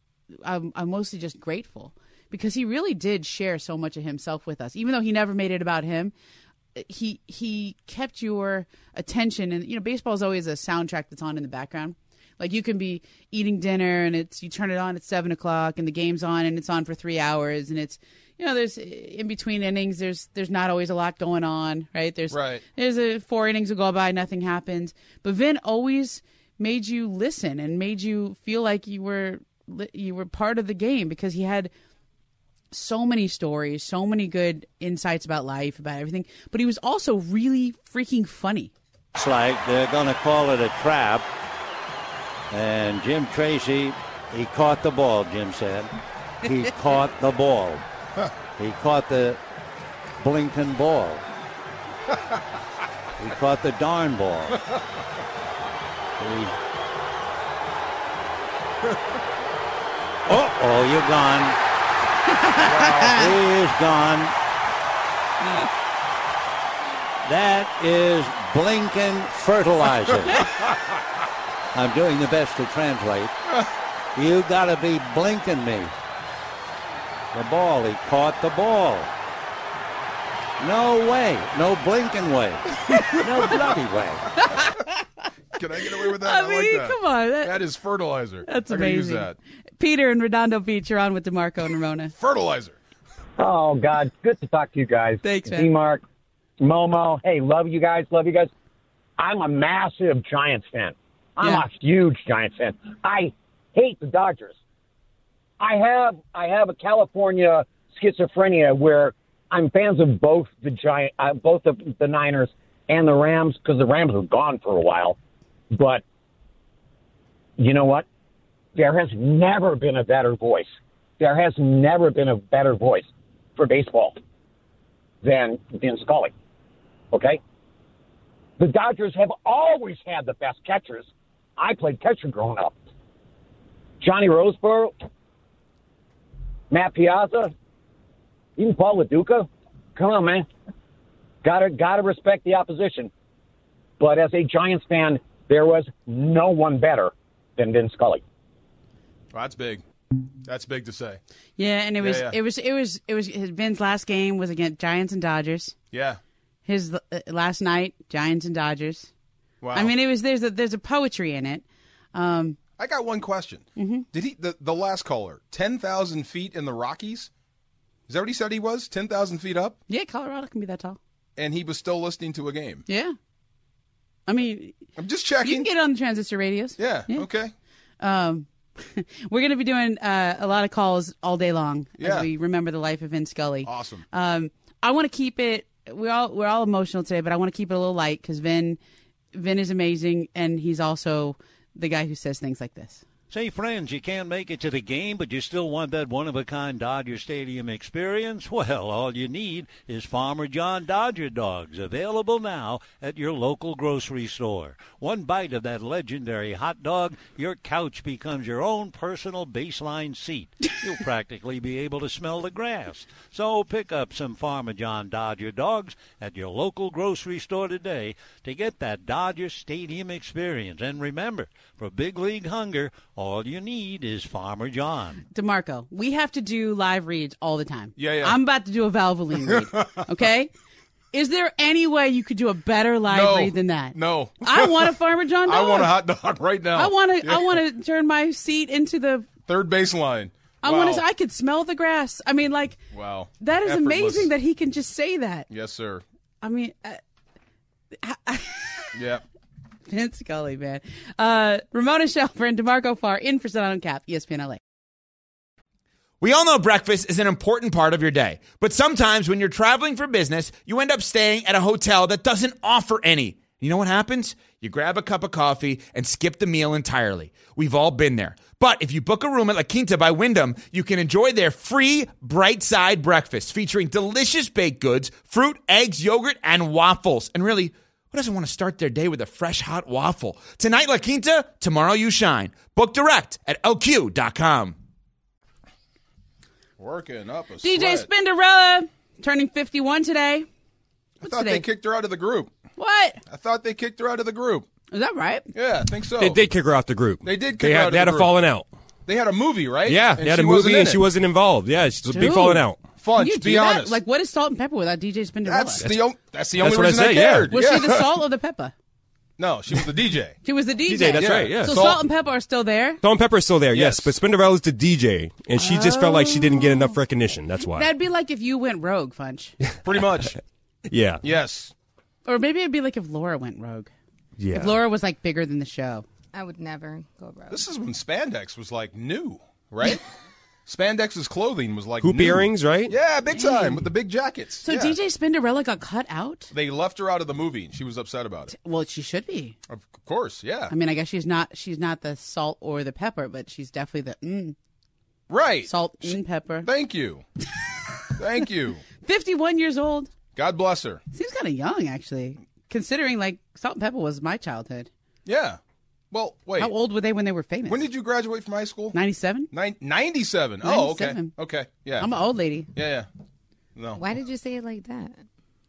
[SPEAKER 2] I'm, I'm mostly just grateful because he really did share so much of himself with us, even though he never made it about him. He he kept your attention, and you know baseball is always a soundtrack that's on in the background. Like you can be eating dinner, and it's you turn it on at seven o'clock, and the game's on, and it's on for three hours, and it's you know there's in between innings, there's there's not always a lot going on, right? There's
[SPEAKER 12] Right.
[SPEAKER 2] there's a four innings will go by, nothing happens. But Vin always made you listen and made you feel like you were li- you were part of the game because he had so many stories, so many good insights about life, about everything. But he was also really freaking funny.
[SPEAKER 14] Looks like they're going to call it a trap. And Jim Tracy, he caught the ball, Jim said. he caught the ball. He caught the Blinken ball. He caught the darn ball. Oh, oh, you're gone. He is gone. That is Blinken fertilizer. I'm doing the best to translate. You gotta be blinking me. The ball, he caught the ball. No way. No blinking way. No bloody way.
[SPEAKER 5] Can I get away with that?
[SPEAKER 2] I
[SPEAKER 5] like
[SPEAKER 2] mean,
[SPEAKER 5] that.
[SPEAKER 2] come on, that-
[SPEAKER 5] that is fertilizer.
[SPEAKER 2] That's
[SPEAKER 5] I gotta
[SPEAKER 2] amazing.
[SPEAKER 5] Use that.
[SPEAKER 2] Peter and Redondo Beach, you're on with DeMarco and Ramona.
[SPEAKER 5] Fertilizer.
[SPEAKER 12] Oh God, good to talk to you guys. Thanks, man. D-Mark, Momo. Hey, love you guys. Love you guys. I'm a massive Giants fan. I'm a huge Giants fan. I hate the Dodgers. I have I have a California schizophrenia where I'm fans of both the Giant, uh, both of the Niners and the Rams because the Rams were gone for a while. But you know what? There has never been a better voice. There has never been a better voice for baseball than Vin Scully. Okay? The Dodgers have always had the best catchers. I played catcher growing up. Johnny Roseboro, Matt Piazza, even Paul LaDuca. Come on, man. Gotta gotta respect the opposition. But as a Giants fan, there was no one better than Vin Scully.
[SPEAKER 5] Well, that's big. That's big to say.
[SPEAKER 2] Yeah, and it
[SPEAKER 5] Yeah,
[SPEAKER 2] was
[SPEAKER 5] yeah.
[SPEAKER 2] it was it was it was his Ben's last game was against Giants and Dodgers.
[SPEAKER 5] Yeah.
[SPEAKER 2] His uh, last night, Giants and Dodgers.
[SPEAKER 5] Wow.
[SPEAKER 2] I mean, it was there's a there's a poetry in it. Um,
[SPEAKER 5] I got one question.
[SPEAKER 2] Mm-hmm.
[SPEAKER 5] Did he the, the last caller ten thousand feet in the Rockies? Is that what he said he was? Ten thousand feet up,
[SPEAKER 2] yeah, Colorado can be that tall.
[SPEAKER 5] and he was still listening to a game.
[SPEAKER 2] Yeah. I mean,
[SPEAKER 5] I'm just checking.
[SPEAKER 2] You can get on the transistor radios.
[SPEAKER 5] Yeah. Okay.
[SPEAKER 2] Um, we're going to be doing uh, a lot of calls all day long
[SPEAKER 5] Yeah.
[SPEAKER 2] as we remember the life of Vin Scully.
[SPEAKER 5] Awesome.
[SPEAKER 2] Um, I want to keep it. We all we're all emotional today, but I want to keep it a little light because Vin, Vin is amazing, and he's also the guy who says things like this.
[SPEAKER 14] Say, friends, you can't make it to the game, but you still want that one of a kind Dodger Stadium experience? Well, all you need is Farmer John Dodger dogs, available now at your local grocery store. One bite of that legendary hot dog, your couch becomes your own personal baseline seat. You'll practically be able to smell the grass. So pick up some Farmer John Dodger dogs at your local grocery store today to get that Dodger Stadium experience. And remember, for big league hunger, all you need is Farmer John.
[SPEAKER 2] Demarco, we have to do live reads all the time.
[SPEAKER 14] Yeah, yeah.
[SPEAKER 2] I'm about to do a Valvoline read. Okay. Is there any way you could do a better live
[SPEAKER 5] No.
[SPEAKER 2] read than that?
[SPEAKER 5] No.
[SPEAKER 2] I want a Farmer John.
[SPEAKER 5] I
[SPEAKER 2] dog.
[SPEAKER 5] want a hot dog right now.
[SPEAKER 2] I want to.
[SPEAKER 5] Yeah.
[SPEAKER 2] I want to turn my seat into the.
[SPEAKER 5] third baseline.
[SPEAKER 2] I
[SPEAKER 5] wow.
[SPEAKER 2] want to. I could smell the grass. I mean, like
[SPEAKER 5] wow.
[SPEAKER 2] that is
[SPEAKER 5] Effortless.
[SPEAKER 2] amazing that he can just say that.
[SPEAKER 5] Yes, sir.
[SPEAKER 2] I mean, uh,
[SPEAKER 5] Yeah.
[SPEAKER 2] Vince Scully, man. Uh, Ramona Shelfer and Demarco Farr in for Sun on Cap, E ESPN LA.
[SPEAKER 15] We all know breakfast is an important part of your day, but sometimes when you're traveling for business, you end up staying at a hotel that doesn't offer any. You know what happens? You grab a cup of coffee and skip the meal entirely. We've all been there. But if you book a room at La Quinta by Wyndham, you can enjoy their free bright side breakfast featuring delicious baked goods, fruit, eggs, yogurt, and waffles. And really, who doesn't want to start their day with a fresh hot waffle? Tonight, La Quinta, tomorrow you shine. Book direct at lq.com.
[SPEAKER 5] Working up a
[SPEAKER 2] DJ
[SPEAKER 5] sweat.
[SPEAKER 2] Spinderella turning 51 today.
[SPEAKER 5] I
[SPEAKER 2] What's
[SPEAKER 5] thought
[SPEAKER 2] today?
[SPEAKER 5] they kicked her out of the group.
[SPEAKER 2] What?
[SPEAKER 5] I thought they kicked her out of the group.
[SPEAKER 2] Is that right?
[SPEAKER 5] Yeah, I think so.
[SPEAKER 16] They did kick her off the group.
[SPEAKER 5] They did kick
[SPEAKER 16] They
[SPEAKER 5] her
[SPEAKER 16] had,
[SPEAKER 5] out of
[SPEAKER 16] they
[SPEAKER 5] the
[SPEAKER 16] had a
[SPEAKER 5] group.
[SPEAKER 16] falling out.
[SPEAKER 5] They had a movie, right?
[SPEAKER 16] Yeah, they had a
[SPEAKER 5] she wasn't
[SPEAKER 16] movie
[SPEAKER 5] in
[SPEAKER 16] and she
[SPEAKER 5] it.
[SPEAKER 16] wasn't involved. Yeah, it's a big
[SPEAKER 2] Dude.
[SPEAKER 16] falling out.
[SPEAKER 5] Funch,
[SPEAKER 2] Can you do
[SPEAKER 5] be
[SPEAKER 2] that?
[SPEAKER 5] honest.
[SPEAKER 2] Like, what is salt and pepper without DJ Spinderella?
[SPEAKER 5] That's the o- that's the
[SPEAKER 16] That's
[SPEAKER 5] only
[SPEAKER 16] what I
[SPEAKER 5] reason I,
[SPEAKER 16] say, yeah.
[SPEAKER 5] cared.
[SPEAKER 2] Was she the salt or the pepper?
[SPEAKER 5] No, she was the DJ.
[SPEAKER 2] She was the DJ.
[SPEAKER 16] DJ, that's right, yeah.
[SPEAKER 2] So
[SPEAKER 16] Salt-
[SPEAKER 2] salt and pepper are still there.
[SPEAKER 16] Salt and Pepper is still there, yes, but Spinderella's the DJ, and she just felt like she didn't get
[SPEAKER 2] Oh.
[SPEAKER 16] enough recognition. That's why.
[SPEAKER 2] That'd be like if you went rogue, Funch.
[SPEAKER 5] Pretty much.
[SPEAKER 16] yeah.
[SPEAKER 5] Yes.
[SPEAKER 2] Or maybe it'd be like if Laura went rogue.
[SPEAKER 16] Yeah.
[SPEAKER 2] If Laura was like bigger than the show.
[SPEAKER 7] I would never go rogue.
[SPEAKER 5] This is when spandex was like new, right? Spandex's clothing was like
[SPEAKER 16] Hoop
[SPEAKER 5] new.
[SPEAKER 16] earrings, right?
[SPEAKER 5] Yeah, big time with the big jackets.
[SPEAKER 2] So
[SPEAKER 5] yeah.
[SPEAKER 2] DJ Spinderella got cut out?
[SPEAKER 5] They left her out of the movie, and she was upset about it.
[SPEAKER 2] Well, she should be.
[SPEAKER 5] Of course, yeah.
[SPEAKER 2] I mean, I guess she's not she's not the salt or the pepper, but she's definitely the mm.
[SPEAKER 5] Right.
[SPEAKER 2] Salt and pepper.
[SPEAKER 5] Thank you. Thank you.
[SPEAKER 2] 51 years old.
[SPEAKER 5] God bless her.
[SPEAKER 2] Seems kind of young, actually, considering like salt and pepper was my childhood.
[SPEAKER 5] Yeah. Well, wait.
[SPEAKER 2] How old were they when they were famous?
[SPEAKER 5] When did you graduate from high school?
[SPEAKER 2] 97?
[SPEAKER 5] Nin- 97. Oh, okay.
[SPEAKER 2] 97.
[SPEAKER 5] Okay. Yeah.
[SPEAKER 2] I'm an old lady.
[SPEAKER 5] Yeah, yeah. No.
[SPEAKER 7] Why did you say it like that?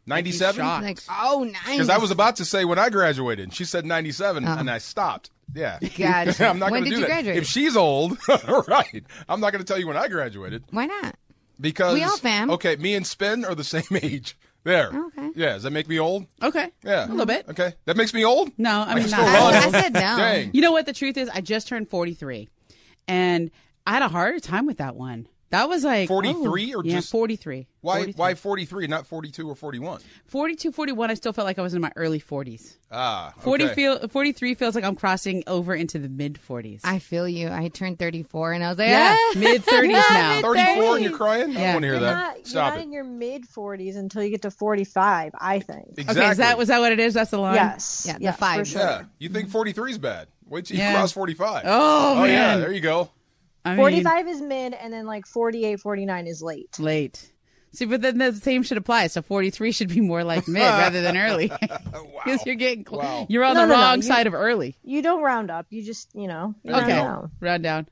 [SPEAKER 5] 97?
[SPEAKER 7] Like, oh, nice.
[SPEAKER 5] Because I was about to say when I graduated, she said 97, and I stopped. Yeah.
[SPEAKER 7] Uh-uh. Gotcha.
[SPEAKER 5] I'm not
[SPEAKER 7] When
[SPEAKER 5] going to
[SPEAKER 7] did
[SPEAKER 5] do
[SPEAKER 7] you
[SPEAKER 5] that.
[SPEAKER 7] graduate?
[SPEAKER 5] If she's old, right. I'm not going to tell you when I graduated.
[SPEAKER 7] Why not?
[SPEAKER 5] Because.
[SPEAKER 7] We all fam.
[SPEAKER 5] Okay, me and Spin are the same age. There. Okay. Yeah, does that make me old?
[SPEAKER 2] Okay.
[SPEAKER 5] Yeah.
[SPEAKER 2] A little bit.
[SPEAKER 5] Okay. That makes me old?
[SPEAKER 2] No, I mean,
[SPEAKER 5] can
[SPEAKER 2] not.
[SPEAKER 5] still
[SPEAKER 17] Oh,
[SPEAKER 5] run. Dang.
[SPEAKER 2] You know what? The truth is, I just turned 43, and I had a harder time with that one. That was like
[SPEAKER 5] 43
[SPEAKER 2] oh,
[SPEAKER 5] or
[SPEAKER 2] yeah,
[SPEAKER 5] just-
[SPEAKER 2] 43.
[SPEAKER 5] Why
[SPEAKER 2] 43.
[SPEAKER 5] why 43, not 42 or 41?
[SPEAKER 2] 42, 41, I still felt like I was in my early 40s.
[SPEAKER 5] Ah.
[SPEAKER 2] 40
[SPEAKER 5] okay.
[SPEAKER 2] feel, 43 feels like I'm crossing over into the mid 40s.
[SPEAKER 7] I feel you. I turned 34 and I was like,
[SPEAKER 2] Yeah,
[SPEAKER 7] ah!
[SPEAKER 2] mid 30s now.
[SPEAKER 5] 34 and you're crying? I
[SPEAKER 2] Yeah.
[SPEAKER 5] don't want to hear
[SPEAKER 2] You're
[SPEAKER 5] that.
[SPEAKER 17] not, you're
[SPEAKER 5] Stop
[SPEAKER 17] not
[SPEAKER 5] it.
[SPEAKER 17] in your mid 40s until you get to 45, I think.
[SPEAKER 2] Okay, is that was that what it is? That's the line.
[SPEAKER 17] Yes. Yeah, the Yeah, five. for sure.
[SPEAKER 5] Yeah. You think 43 is bad. Wait till you
[SPEAKER 2] Yeah.
[SPEAKER 5] cross 45.
[SPEAKER 2] Oh,
[SPEAKER 5] yeah.
[SPEAKER 2] man.
[SPEAKER 5] There you go.
[SPEAKER 2] I mean,
[SPEAKER 17] 45 is mid, and then like 48, 49 is late.
[SPEAKER 2] late. See, but then the same should apply. So 43 should be more like mid rather than early. Because you're getting cl- you're on
[SPEAKER 17] No,
[SPEAKER 2] the
[SPEAKER 17] no, no,
[SPEAKER 2] wrong
[SPEAKER 17] you-
[SPEAKER 2] side of early.
[SPEAKER 17] You don't round up. You just, you know. you round
[SPEAKER 2] okay,
[SPEAKER 17] down.
[SPEAKER 2] round down.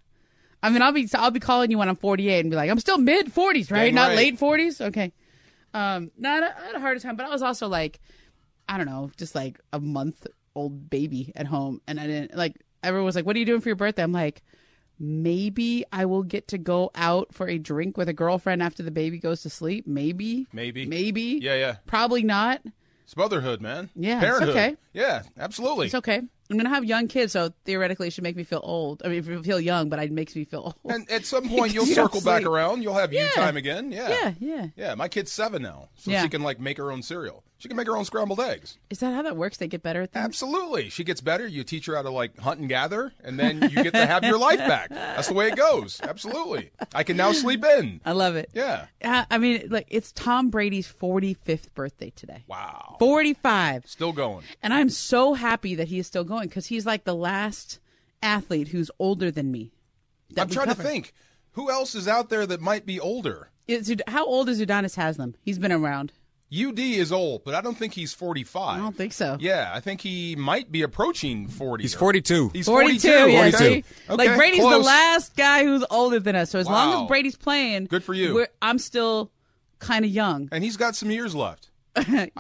[SPEAKER 2] I mean, I'll be I'll be calling you when I'm 48 and be like, I'm still mid 40s, right?
[SPEAKER 17] Dang
[SPEAKER 2] Not
[SPEAKER 17] right.
[SPEAKER 2] late 40s. Okay. Um, not a, I had a harder time, but I was also like, I don't know, just like a month old baby at home, and I didn't like. Everyone was like, "What are you doing for your birthday?" I'm like, maybe I will get to go out for a drink with a girlfriend after the baby goes to sleep. Maybe,
[SPEAKER 5] Maybe.
[SPEAKER 2] maybe,
[SPEAKER 5] Yeah, yeah.
[SPEAKER 2] probably not.
[SPEAKER 5] It's motherhood, man.
[SPEAKER 2] Yeah, it's
[SPEAKER 5] Parenthood.
[SPEAKER 2] okay.
[SPEAKER 5] Yeah, absolutely.
[SPEAKER 2] It's okay. I'm gonna have young kids, so theoretically, it should make me feel old. I mean, if it feel young, but it makes me feel old.
[SPEAKER 5] And at some point, you'll
[SPEAKER 2] You don't
[SPEAKER 5] circle back
[SPEAKER 2] sleep.
[SPEAKER 5] around. You'll have you
[SPEAKER 2] Yeah.
[SPEAKER 5] time again. Yeah.
[SPEAKER 2] Yeah, yeah.
[SPEAKER 5] Yeah, my kid's seven now, so
[SPEAKER 2] Yeah.
[SPEAKER 5] she can like make her own cereal. She can make her own scrambled eggs.
[SPEAKER 2] Is that how that works? They get better at things.
[SPEAKER 5] Absolutely, she gets better. You teach her how to like hunt and gather, and then you get to have your life back. That's the way it goes. Absolutely, I can now sleep in.
[SPEAKER 2] I love it.
[SPEAKER 5] Yeah,
[SPEAKER 2] Uh, I mean, like it's Tom Brady's 45th birthday today.
[SPEAKER 5] Wow.
[SPEAKER 2] 45.
[SPEAKER 5] still going.
[SPEAKER 2] And I'm so happy that he is still going because he's like the last athlete who's older than me. that
[SPEAKER 5] I'm
[SPEAKER 2] we
[SPEAKER 5] trying
[SPEAKER 2] covered.
[SPEAKER 5] to think who else is out there that might be older.
[SPEAKER 2] Is, how old is Udonis Haslam? He's been around.
[SPEAKER 5] UD is old, but I don't think he's 45. I don't
[SPEAKER 2] think so.
[SPEAKER 5] Yeah, I think he might be approaching 40.
[SPEAKER 16] He's 42.
[SPEAKER 5] He's
[SPEAKER 2] 42.
[SPEAKER 5] 42.
[SPEAKER 2] yeah,
[SPEAKER 5] Okay.
[SPEAKER 2] see? Like
[SPEAKER 5] Okay,
[SPEAKER 2] Brady's the
[SPEAKER 5] close.
[SPEAKER 2] last guy who's older than us. So as long
[SPEAKER 5] Wow.
[SPEAKER 2] as Brady's playing,
[SPEAKER 5] Good for you.
[SPEAKER 2] we're- I'm still kind of young.
[SPEAKER 5] And he's got some years left.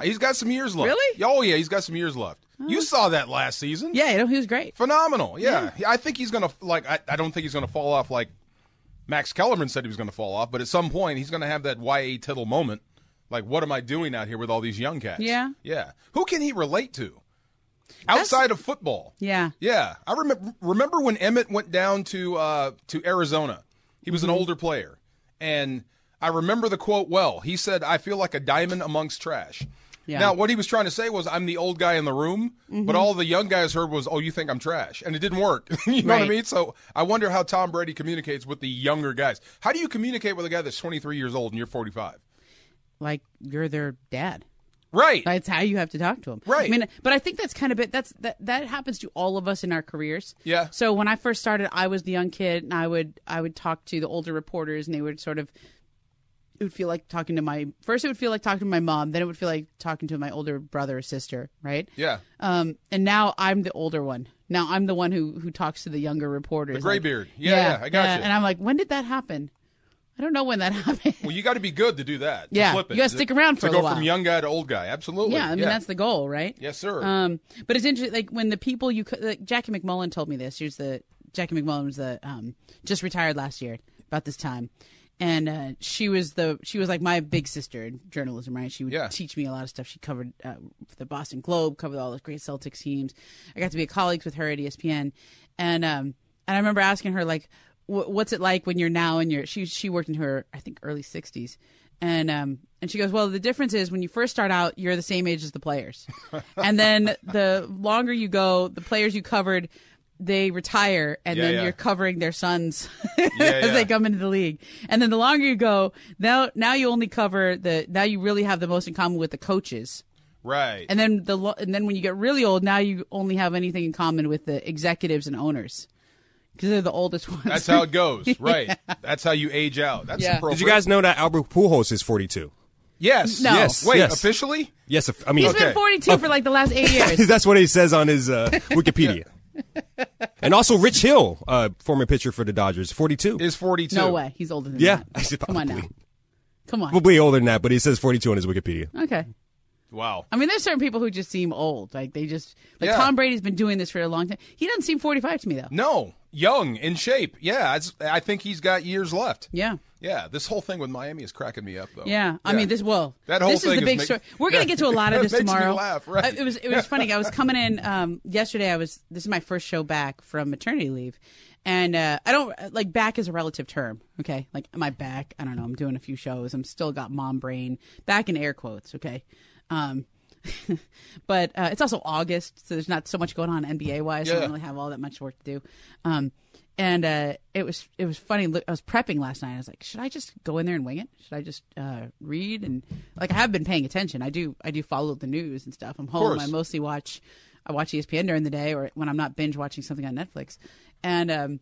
[SPEAKER 5] he's got some years left.
[SPEAKER 2] Really?
[SPEAKER 5] Oh yeah, he's got some years left. You saw that last season.
[SPEAKER 2] Yeah, you know, he was great.
[SPEAKER 5] Phenomenal. Yeah. I think he's gonna like. I, I don't think he's gonna fall off like Max Kellerman said he was gonna fall off, but at some point he's gonna have that YA Tittle moment. Like, what am I doing out here with all these young cats?
[SPEAKER 2] Yeah.
[SPEAKER 5] Yeah. Who can he relate to? Outside of football.
[SPEAKER 2] Yeah.
[SPEAKER 5] Yeah, I remember. Remember when Emmett went down to uh, to Arizona? He was
[SPEAKER 18] Mm-hmm.
[SPEAKER 5] an older player, and I remember the quote well. He said, "I feel like a diamond amongst trash."
[SPEAKER 18] Yeah.
[SPEAKER 5] Now, what he was trying to say was, "I'm the old guy in the room,"
[SPEAKER 18] Mhm.
[SPEAKER 5] but all the young guys heard was, "Oh, you think I'm trash," and it didn't work. you know what I
[SPEAKER 18] Right.
[SPEAKER 5] mean? So I wonder how Tom Brady communicates with the younger guys. How do you communicate with a guy that's 23 years old and you're 45?
[SPEAKER 2] Like you're their dad.
[SPEAKER 5] Right.
[SPEAKER 2] That's how you have to talk to him.
[SPEAKER 5] Right.
[SPEAKER 2] I mean, but I think that's kind of it. That's that that happens to all of us in our careers.
[SPEAKER 5] Yeah.
[SPEAKER 2] So when I first started, I was the young kid, and I would I would talk to the older reporters, and they would sort of it would feel like talking to my first it would feel like talking to my mom, then it would feel like talking to my older brother or sister, right?
[SPEAKER 5] Yeah.
[SPEAKER 2] Um, and now I'm the older one. Now I'm the one who who talks to the younger reporters.
[SPEAKER 5] The gray beard. Yeah, yeah, I got you.
[SPEAKER 2] And I'm like, when did that happen? I don't know when that happened.
[SPEAKER 5] Well, you got to be good to do that. to
[SPEAKER 2] Yeah,
[SPEAKER 5] flip it,
[SPEAKER 2] you gotta
[SPEAKER 5] to-
[SPEAKER 2] stick around for
[SPEAKER 5] to
[SPEAKER 2] a
[SPEAKER 5] go
[SPEAKER 2] little
[SPEAKER 5] from
[SPEAKER 2] while.
[SPEAKER 5] young guy to old guy. Absolutely.
[SPEAKER 2] Yeah, I mean that's the goal, right?
[SPEAKER 5] Yes, sir.
[SPEAKER 2] Um, but it's interesting, like when the people you cou- like, Jackie McMullen told me this. Here's the Jackie McMullen was the um, just retired last year about this time, and uh, she was the she was like my big sister in journalism, right? She would teach me a lot of stuff. She covered uh, for the Boston Globe, covered all the great Celtics teams. I got to be a colleague with her at E ESPN, and um, and I remember asking her like, wh- "What's it like when you're now in your?" She she worked in her I think early 60s, and um, and she goes, "Well, the difference is when you first start out, you're the same age as the players, and then the longer you go, the players you covered." They retire, and
[SPEAKER 17] Yeah,
[SPEAKER 2] then
[SPEAKER 17] yeah.
[SPEAKER 2] you're covering their sons as
[SPEAKER 17] yeah.
[SPEAKER 2] they come into the league. And then the longer you go, now now you only cover the now you really have the most in common with the coaches,
[SPEAKER 5] Right.
[SPEAKER 2] and then the lo- and then when you get really old, now you only have anything in common with the executives and owners. because they're the oldest ones.
[SPEAKER 5] That's how it goes, right? That's how you age out. That's
[SPEAKER 2] Yeah.
[SPEAKER 5] appropriate.
[SPEAKER 16] Did you guys know that Albert Pujols is 42?
[SPEAKER 5] Yes.
[SPEAKER 2] No.
[SPEAKER 16] Yes.
[SPEAKER 5] Wait,
[SPEAKER 16] yes.
[SPEAKER 5] officially?
[SPEAKER 16] Yes. if- I mean,
[SPEAKER 2] He's been 42 for like the last eight years.
[SPEAKER 16] That's what he says on his uh, Wikipedia. and also Rich Hill, uh, former pitcher for the Dodgers, 42.
[SPEAKER 5] Is 42.
[SPEAKER 2] no way, he's older than
[SPEAKER 16] Yeah.
[SPEAKER 2] that. Come on now, come on.
[SPEAKER 16] Probably older than that, but he says 42 on his Wikipedia.
[SPEAKER 2] Okay.
[SPEAKER 5] Wow.
[SPEAKER 2] I mean, there's certain people who just seem old. Like they just like
[SPEAKER 5] Yeah.
[SPEAKER 2] Tom Brady's been doing this for a long time. He doesn't seem 45 to me though.
[SPEAKER 5] No, young, in shape. Yeah, it's, I think he's got years left.
[SPEAKER 2] Yeah.
[SPEAKER 5] Yeah, this whole thing with Miami is cracking me up, though.
[SPEAKER 2] Yeah, I mean this. Well,
[SPEAKER 5] That whole
[SPEAKER 2] this is
[SPEAKER 5] thing
[SPEAKER 2] the big
[SPEAKER 5] make-
[SPEAKER 2] story. We're gonna get to a lot of
[SPEAKER 5] That
[SPEAKER 2] this
[SPEAKER 5] makes me
[SPEAKER 2] tomorrow.
[SPEAKER 5] laugh, right.
[SPEAKER 2] Uh, It was it was funny. I was coming in um, yesterday. I was this is my first show back from maternity leave, and uh, I don't like back is a relative term. Okay, like my back. I don't know. I'm doing a few shows. I'm still got mom brain back in air quotes. Okay. Um, but uh, it's also August, so there's not so much going on NBA wise. So I
[SPEAKER 18] Yeah.
[SPEAKER 2] don't really have all that much work to do. Um, and uh, it was it was funny. Look, I was prepping last night. I was like, should I just go in there and wing it? Should I just uh, read and like I have been paying attention. I do I do follow the news and stuff. I'm home.
[SPEAKER 18] course.
[SPEAKER 2] I mostly watch I watch E ESPN during the day or when I'm not binge watching something on Netflix. And um,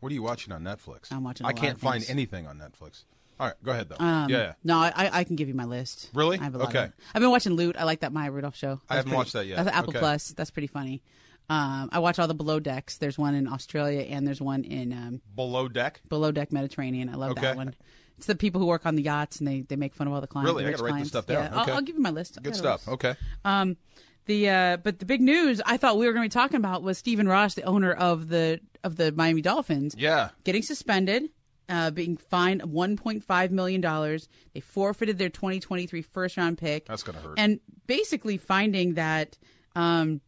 [SPEAKER 5] What are you watching on Netflix?
[SPEAKER 2] I'm watching a
[SPEAKER 5] I
[SPEAKER 2] lot
[SPEAKER 5] can't
[SPEAKER 2] of
[SPEAKER 5] find
[SPEAKER 2] things.
[SPEAKER 5] anything on Netflix. All right, go ahead, though.
[SPEAKER 2] um,
[SPEAKER 5] yeah.
[SPEAKER 2] no, I, I can give you my list.
[SPEAKER 5] Really?
[SPEAKER 2] I have a lot of
[SPEAKER 5] Okay.
[SPEAKER 2] it. I've been watching Loot. I like that Maya Rudolph show.
[SPEAKER 5] I
[SPEAKER 2] That's
[SPEAKER 5] haven't
[SPEAKER 2] pretty-
[SPEAKER 5] watched that yet.
[SPEAKER 2] That's Apple
[SPEAKER 5] Okay.
[SPEAKER 2] Plus. That's pretty funny. Um, I watch all the Below Decks. There's one in Australia and there's one in um,
[SPEAKER 5] Below deck?
[SPEAKER 2] Below Deck Mediterranean. I love
[SPEAKER 5] Okay.
[SPEAKER 2] that one. It's the people who work on the yachts and they, they make fun of all the clients.
[SPEAKER 5] Really?
[SPEAKER 2] the
[SPEAKER 5] I
[SPEAKER 2] rich
[SPEAKER 5] gotta write this
[SPEAKER 2] clients.
[SPEAKER 5] stuff
[SPEAKER 2] Yeah,
[SPEAKER 5] down.
[SPEAKER 2] I'll-
[SPEAKER 5] Okay.
[SPEAKER 2] I'll, give you my list. I
[SPEAKER 5] Good
[SPEAKER 2] got a
[SPEAKER 5] stuff.
[SPEAKER 2] list.
[SPEAKER 5] Okay.
[SPEAKER 2] Um, the uh, but the big news I thought we were going to be talking about was Stephen Ross, the owner of the of the Miami Dolphins.
[SPEAKER 5] Yeah.
[SPEAKER 2] getting suspended, uh, being fined 1.5 million dollars. They forfeited their 2023 first round pick.
[SPEAKER 5] That's gonna hurt.
[SPEAKER 2] And basically finding that um,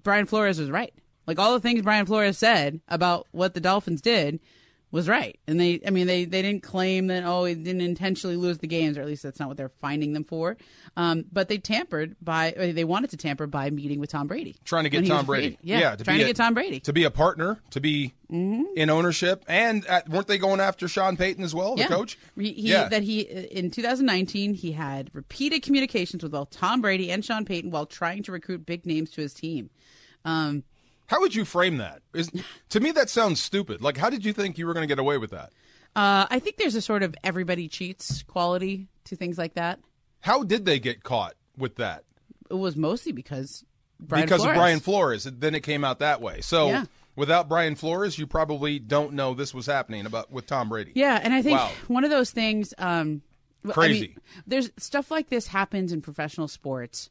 [SPEAKER 2] Brian Flores was right. Like all the things Brian Flores said about what the Dolphins did was right. And they, I mean, they, they didn't claim that, oh, it didn't intentionally lose the games, or at least that's not what they're finding them for. Um, but they tampered by, or they wanted to tamper by meeting with Tom Brady.
[SPEAKER 5] Trying to
[SPEAKER 2] When
[SPEAKER 5] get
[SPEAKER 2] he was
[SPEAKER 5] Tom
[SPEAKER 2] a free
[SPEAKER 5] Brady.
[SPEAKER 2] agent. Yeah.
[SPEAKER 5] to
[SPEAKER 2] trying
[SPEAKER 5] be
[SPEAKER 2] to
[SPEAKER 5] a-
[SPEAKER 2] get Tom Brady. Mm-hmm.
[SPEAKER 5] To be a partner, to be in ownership. And uh weren't they going after Sean Payton as well, Oh, the coach?
[SPEAKER 2] He, he-
[SPEAKER 5] yeah.
[SPEAKER 2] That he in 2019 he had repeated communications with both Tom Brady and Sean Payton while trying to recruit big names to his team. Um,
[SPEAKER 5] how would you frame that? Is, to me, that sounds stupid. Like, how did you think you were going to get away with that?
[SPEAKER 2] uh, I think there's a sort of everybody cheats quality to things like that.
[SPEAKER 5] How did they get caught with that?
[SPEAKER 2] It was mostly because Brian
[SPEAKER 5] because
[SPEAKER 2] Flores.
[SPEAKER 5] of Brian Flores. Then it came out that way. So
[SPEAKER 2] Yeah.
[SPEAKER 5] without Brian Flores, you probably don't know this was happening about with Tom Brady.
[SPEAKER 2] Yeah, and I think
[SPEAKER 5] Wow.
[SPEAKER 2] one of those things. Um, w- I
[SPEAKER 5] Crazy.
[SPEAKER 2] mean, there's stuff like this happens in professional sports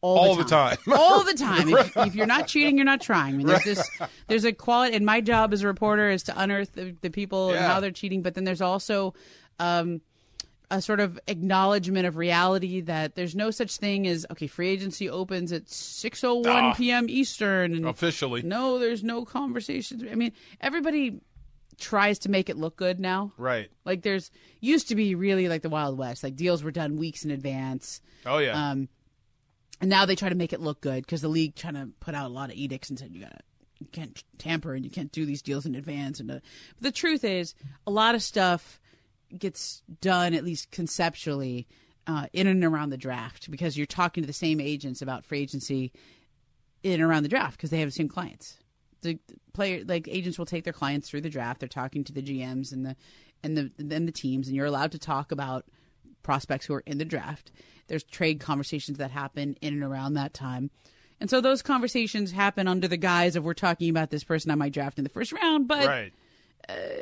[SPEAKER 2] all,
[SPEAKER 5] All
[SPEAKER 2] the
[SPEAKER 5] the
[SPEAKER 2] time.
[SPEAKER 5] time.
[SPEAKER 2] all the time. If, if you're not cheating, you're not trying. I mean, there's this, there's a quality, and my job as a reporter is to unearth the, the people and
[SPEAKER 18] Yeah.
[SPEAKER 2] how they're cheating. But then there's also um, a sort of acknowledgement of reality that there's no such thing as okay, free agency opens at 6:01
[SPEAKER 5] Ah.
[SPEAKER 2] p.m. Eastern, and
[SPEAKER 5] Officially.
[SPEAKER 2] no, there's no conversations. I mean, everybody tries to make it look good now.
[SPEAKER 5] Right.
[SPEAKER 2] Like there's used to be really like the Wild West. Like deals were done weeks in advance.
[SPEAKER 5] Oh, yeah.
[SPEAKER 2] Um, and now they try to make it look good because the league trying to put out a lot of edicts and said you gotta you can't tamper and you can't do these deals in advance. And uh, but the truth is, a lot of stuff gets done at least conceptually uh, in and around the draft because you're talking to the same agents about free agency in and around the draft because they have the same clients. The the player, like agents, will take their clients through the draft. They're talking to the GMs and the and the and the teams, and you're allowed to talk about prospects who are in the draft. There's trade conversations that happen in and around that time. And so those conversations happen under the guise of we're talking about this person I might draft in the first round, but uh,
[SPEAKER 5] right.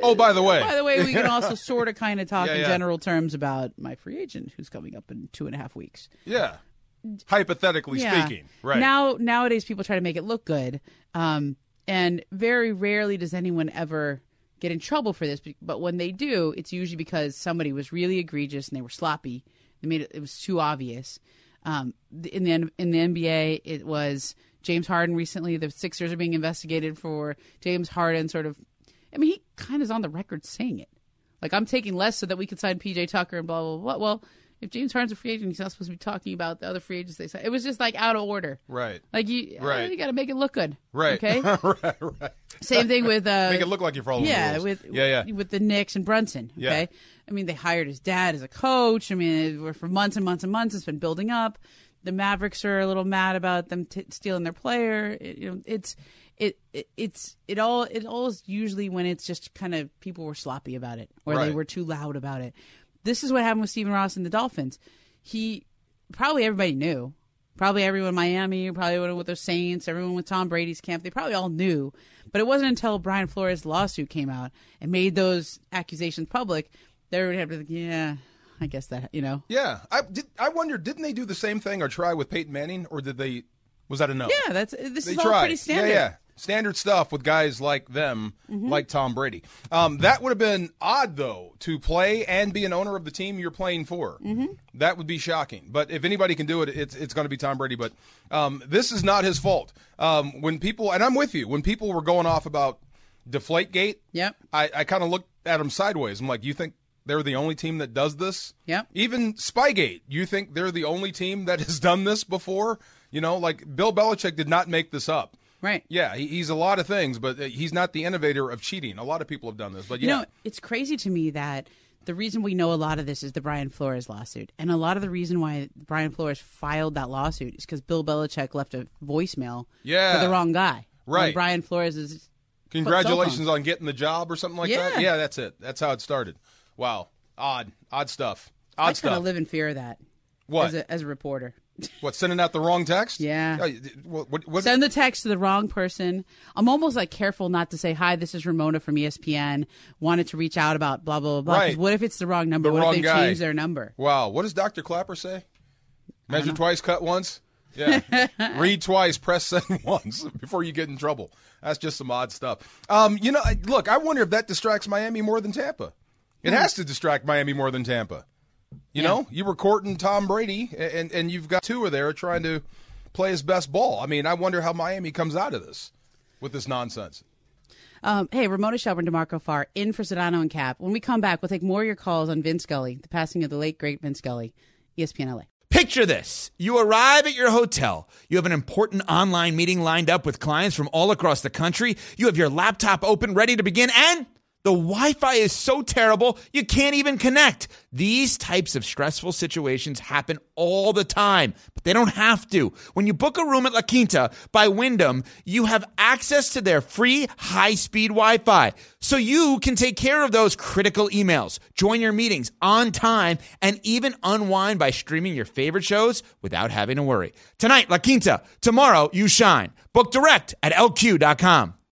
[SPEAKER 5] oh, by the way.
[SPEAKER 2] by the way, we can also sort of kind of talk
[SPEAKER 5] Yeah,
[SPEAKER 2] in
[SPEAKER 5] yeah.
[SPEAKER 2] general terms about my free agent who's coming up in two and a half weeks.
[SPEAKER 5] Yeah. Hypothetically speaking. Right.
[SPEAKER 2] Now nowadays people try to make it look good. Um, and very rarely does anyone ever get in trouble for this, be- but when they do, it's usually because somebody was really egregious and they were sloppy. They made it it was too obvious. Um, th- in the N- in the NBA, it was James Harden recently. The Sixers are being investigated for James Harden sort of I mean, he kind of is on the record saying it. Like, I'm taking less so that we could sign PJ Tucker and blah, blah, blah. Well, if James Harden's a free agent, he's not supposed to be talking about the other free agents they signed. It was just like out of order.
[SPEAKER 5] right.
[SPEAKER 2] Like, you, uh,
[SPEAKER 5] Right.
[SPEAKER 2] you got to make it look good.
[SPEAKER 5] Right.
[SPEAKER 2] Okay.
[SPEAKER 5] right. Right.
[SPEAKER 2] Same thing with. Uh,
[SPEAKER 5] Make it look like you're following the
[SPEAKER 2] yeah,
[SPEAKER 5] rules.
[SPEAKER 2] With,
[SPEAKER 5] Yeah, yeah.
[SPEAKER 2] With the Knicks and Brunson.
[SPEAKER 5] Yeah.
[SPEAKER 2] Okay. I mean, they hired his dad as a coach. I mean, it- for months and months and months, it's been building up. The Mavericks are a little mad about them t- stealing their player. It, you know, it's it, it it's it all it all is usually when it's just kind of people were sloppy about it or they
[SPEAKER 18] Right.
[SPEAKER 2] were too loud about it. This is what happened with Stephen Ross and the Dolphins. He probably everybody knew. Probably everyone in Miami, probably everyone with the Saints, everyone with Tom Brady's camp, they probably all knew. But it wasn't until Brian Flores' lawsuit came out and made those accusations public that everybody had to be like, yeah, I guess that, you know.
[SPEAKER 5] Yeah, I did. I wonder, didn't they do the same thing or try with Peyton Manning, or did they? Was that enough?
[SPEAKER 2] Yeah, that's this
[SPEAKER 5] they
[SPEAKER 2] is all
[SPEAKER 5] tried.
[SPEAKER 2] pretty standard. Mm-hmm.
[SPEAKER 5] Yeah, yeah, standard stuff with guys like them, like Tom Brady. Um, that would have been odd though to play and be an owner of the team you're playing for.
[SPEAKER 2] Mm-hmm.
[SPEAKER 18] Mhm.
[SPEAKER 5] That would be shocking. But if anybody can do it, it's it's going to be Tom Brady. But um, this is not his fault. Um, when people and I'm with you. When people were going off about Deflategate,
[SPEAKER 2] yep.
[SPEAKER 5] I, I kind of looked at them sideways. I'm like, you think they're the only team that does this?
[SPEAKER 2] Yep.
[SPEAKER 5] Even Spygate, you think they're the only team that has done this before? You know, like Bill Belichick did not make this up.
[SPEAKER 2] Right.
[SPEAKER 5] Yeah, he, he's a lot of things, but uh, he's not the innovator of cheating. A lot of people have done this, but
[SPEAKER 2] You
[SPEAKER 5] yeah,
[SPEAKER 2] know, it's crazy to me that the reason we know a lot of this is the Brian Flores lawsuit. And a lot of the reason why Brian Flores filed that lawsuit is because Bill Belichick left a voicemail
[SPEAKER 5] Yeah.
[SPEAKER 2] for the wrong guy. on
[SPEAKER 5] Right.
[SPEAKER 2] Brian Flores is.
[SPEAKER 5] congratulations on getting the job or something like that.
[SPEAKER 2] Yeah.
[SPEAKER 5] Yeah, that's it. That's how it started. Wow, odd, odd stuff. Odd
[SPEAKER 2] I kind
[SPEAKER 5] stuff.
[SPEAKER 2] of live in fear of that.
[SPEAKER 5] What?
[SPEAKER 2] As a, as a reporter.
[SPEAKER 5] what sending out the wrong text? Oh,
[SPEAKER 2] Yeah.
[SPEAKER 5] What, what, what,
[SPEAKER 2] Send the text to the wrong person. I'm almost like careful not to say, Hi, this is Ramona from E ESPN. Wanted to reach out about blah, blah, blah. 'Cause
[SPEAKER 5] Right.
[SPEAKER 2] What if it's the wrong number?
[SPEAKER 5] The
[SPEAKER 2] what
[SPEAKER 5] wrong
[SPEAKER 2] if they
[SPEAKER 5] guy.
[SPEAKER 2] change their number?
[SPEAKER 5] Wow. What does Dr. Clapper say? Measure twice, cut once. Yeah. Read twice, press send once before you get in trouble. That's just some odd stuff. Um, you know, I- look, I wonder if that distracts Miami more than Tampa. It has to distract Miami more than Tampa. You know, you were courting Tom Brady, a- and, and you've got Tua there trying to play his best ball. I mean, I wonder how Miami comes out of this with this nonsense.
[SPEAKER 2] Um, hey, Ramona Shelburne, DeMarco Farr, in for Sedano and Cap. When we come back, we'll take more of your calls on Vince Scully, the passing of the late, great Vince Scully, E ESPN LA.
[SPEAKER 15] Picture this. You arrive at your hotel. You have an important online meeting lined up with clients from all across the country. You have your laptop open, ready to begin, and the Wi Fi is so terrible, you can't even connect. These types of stressful situations happen all the time, but they don't have to. When you book a room at La Quinta by Wyndham, you have access to their free high speed Wi Fi. So you can take care of those critical emails, join your meetings on time, and even unwind by streaming your favorite shows without having to worry. Tonight, La Quinta. Tomorrow, you shine. Book direct at lq.com.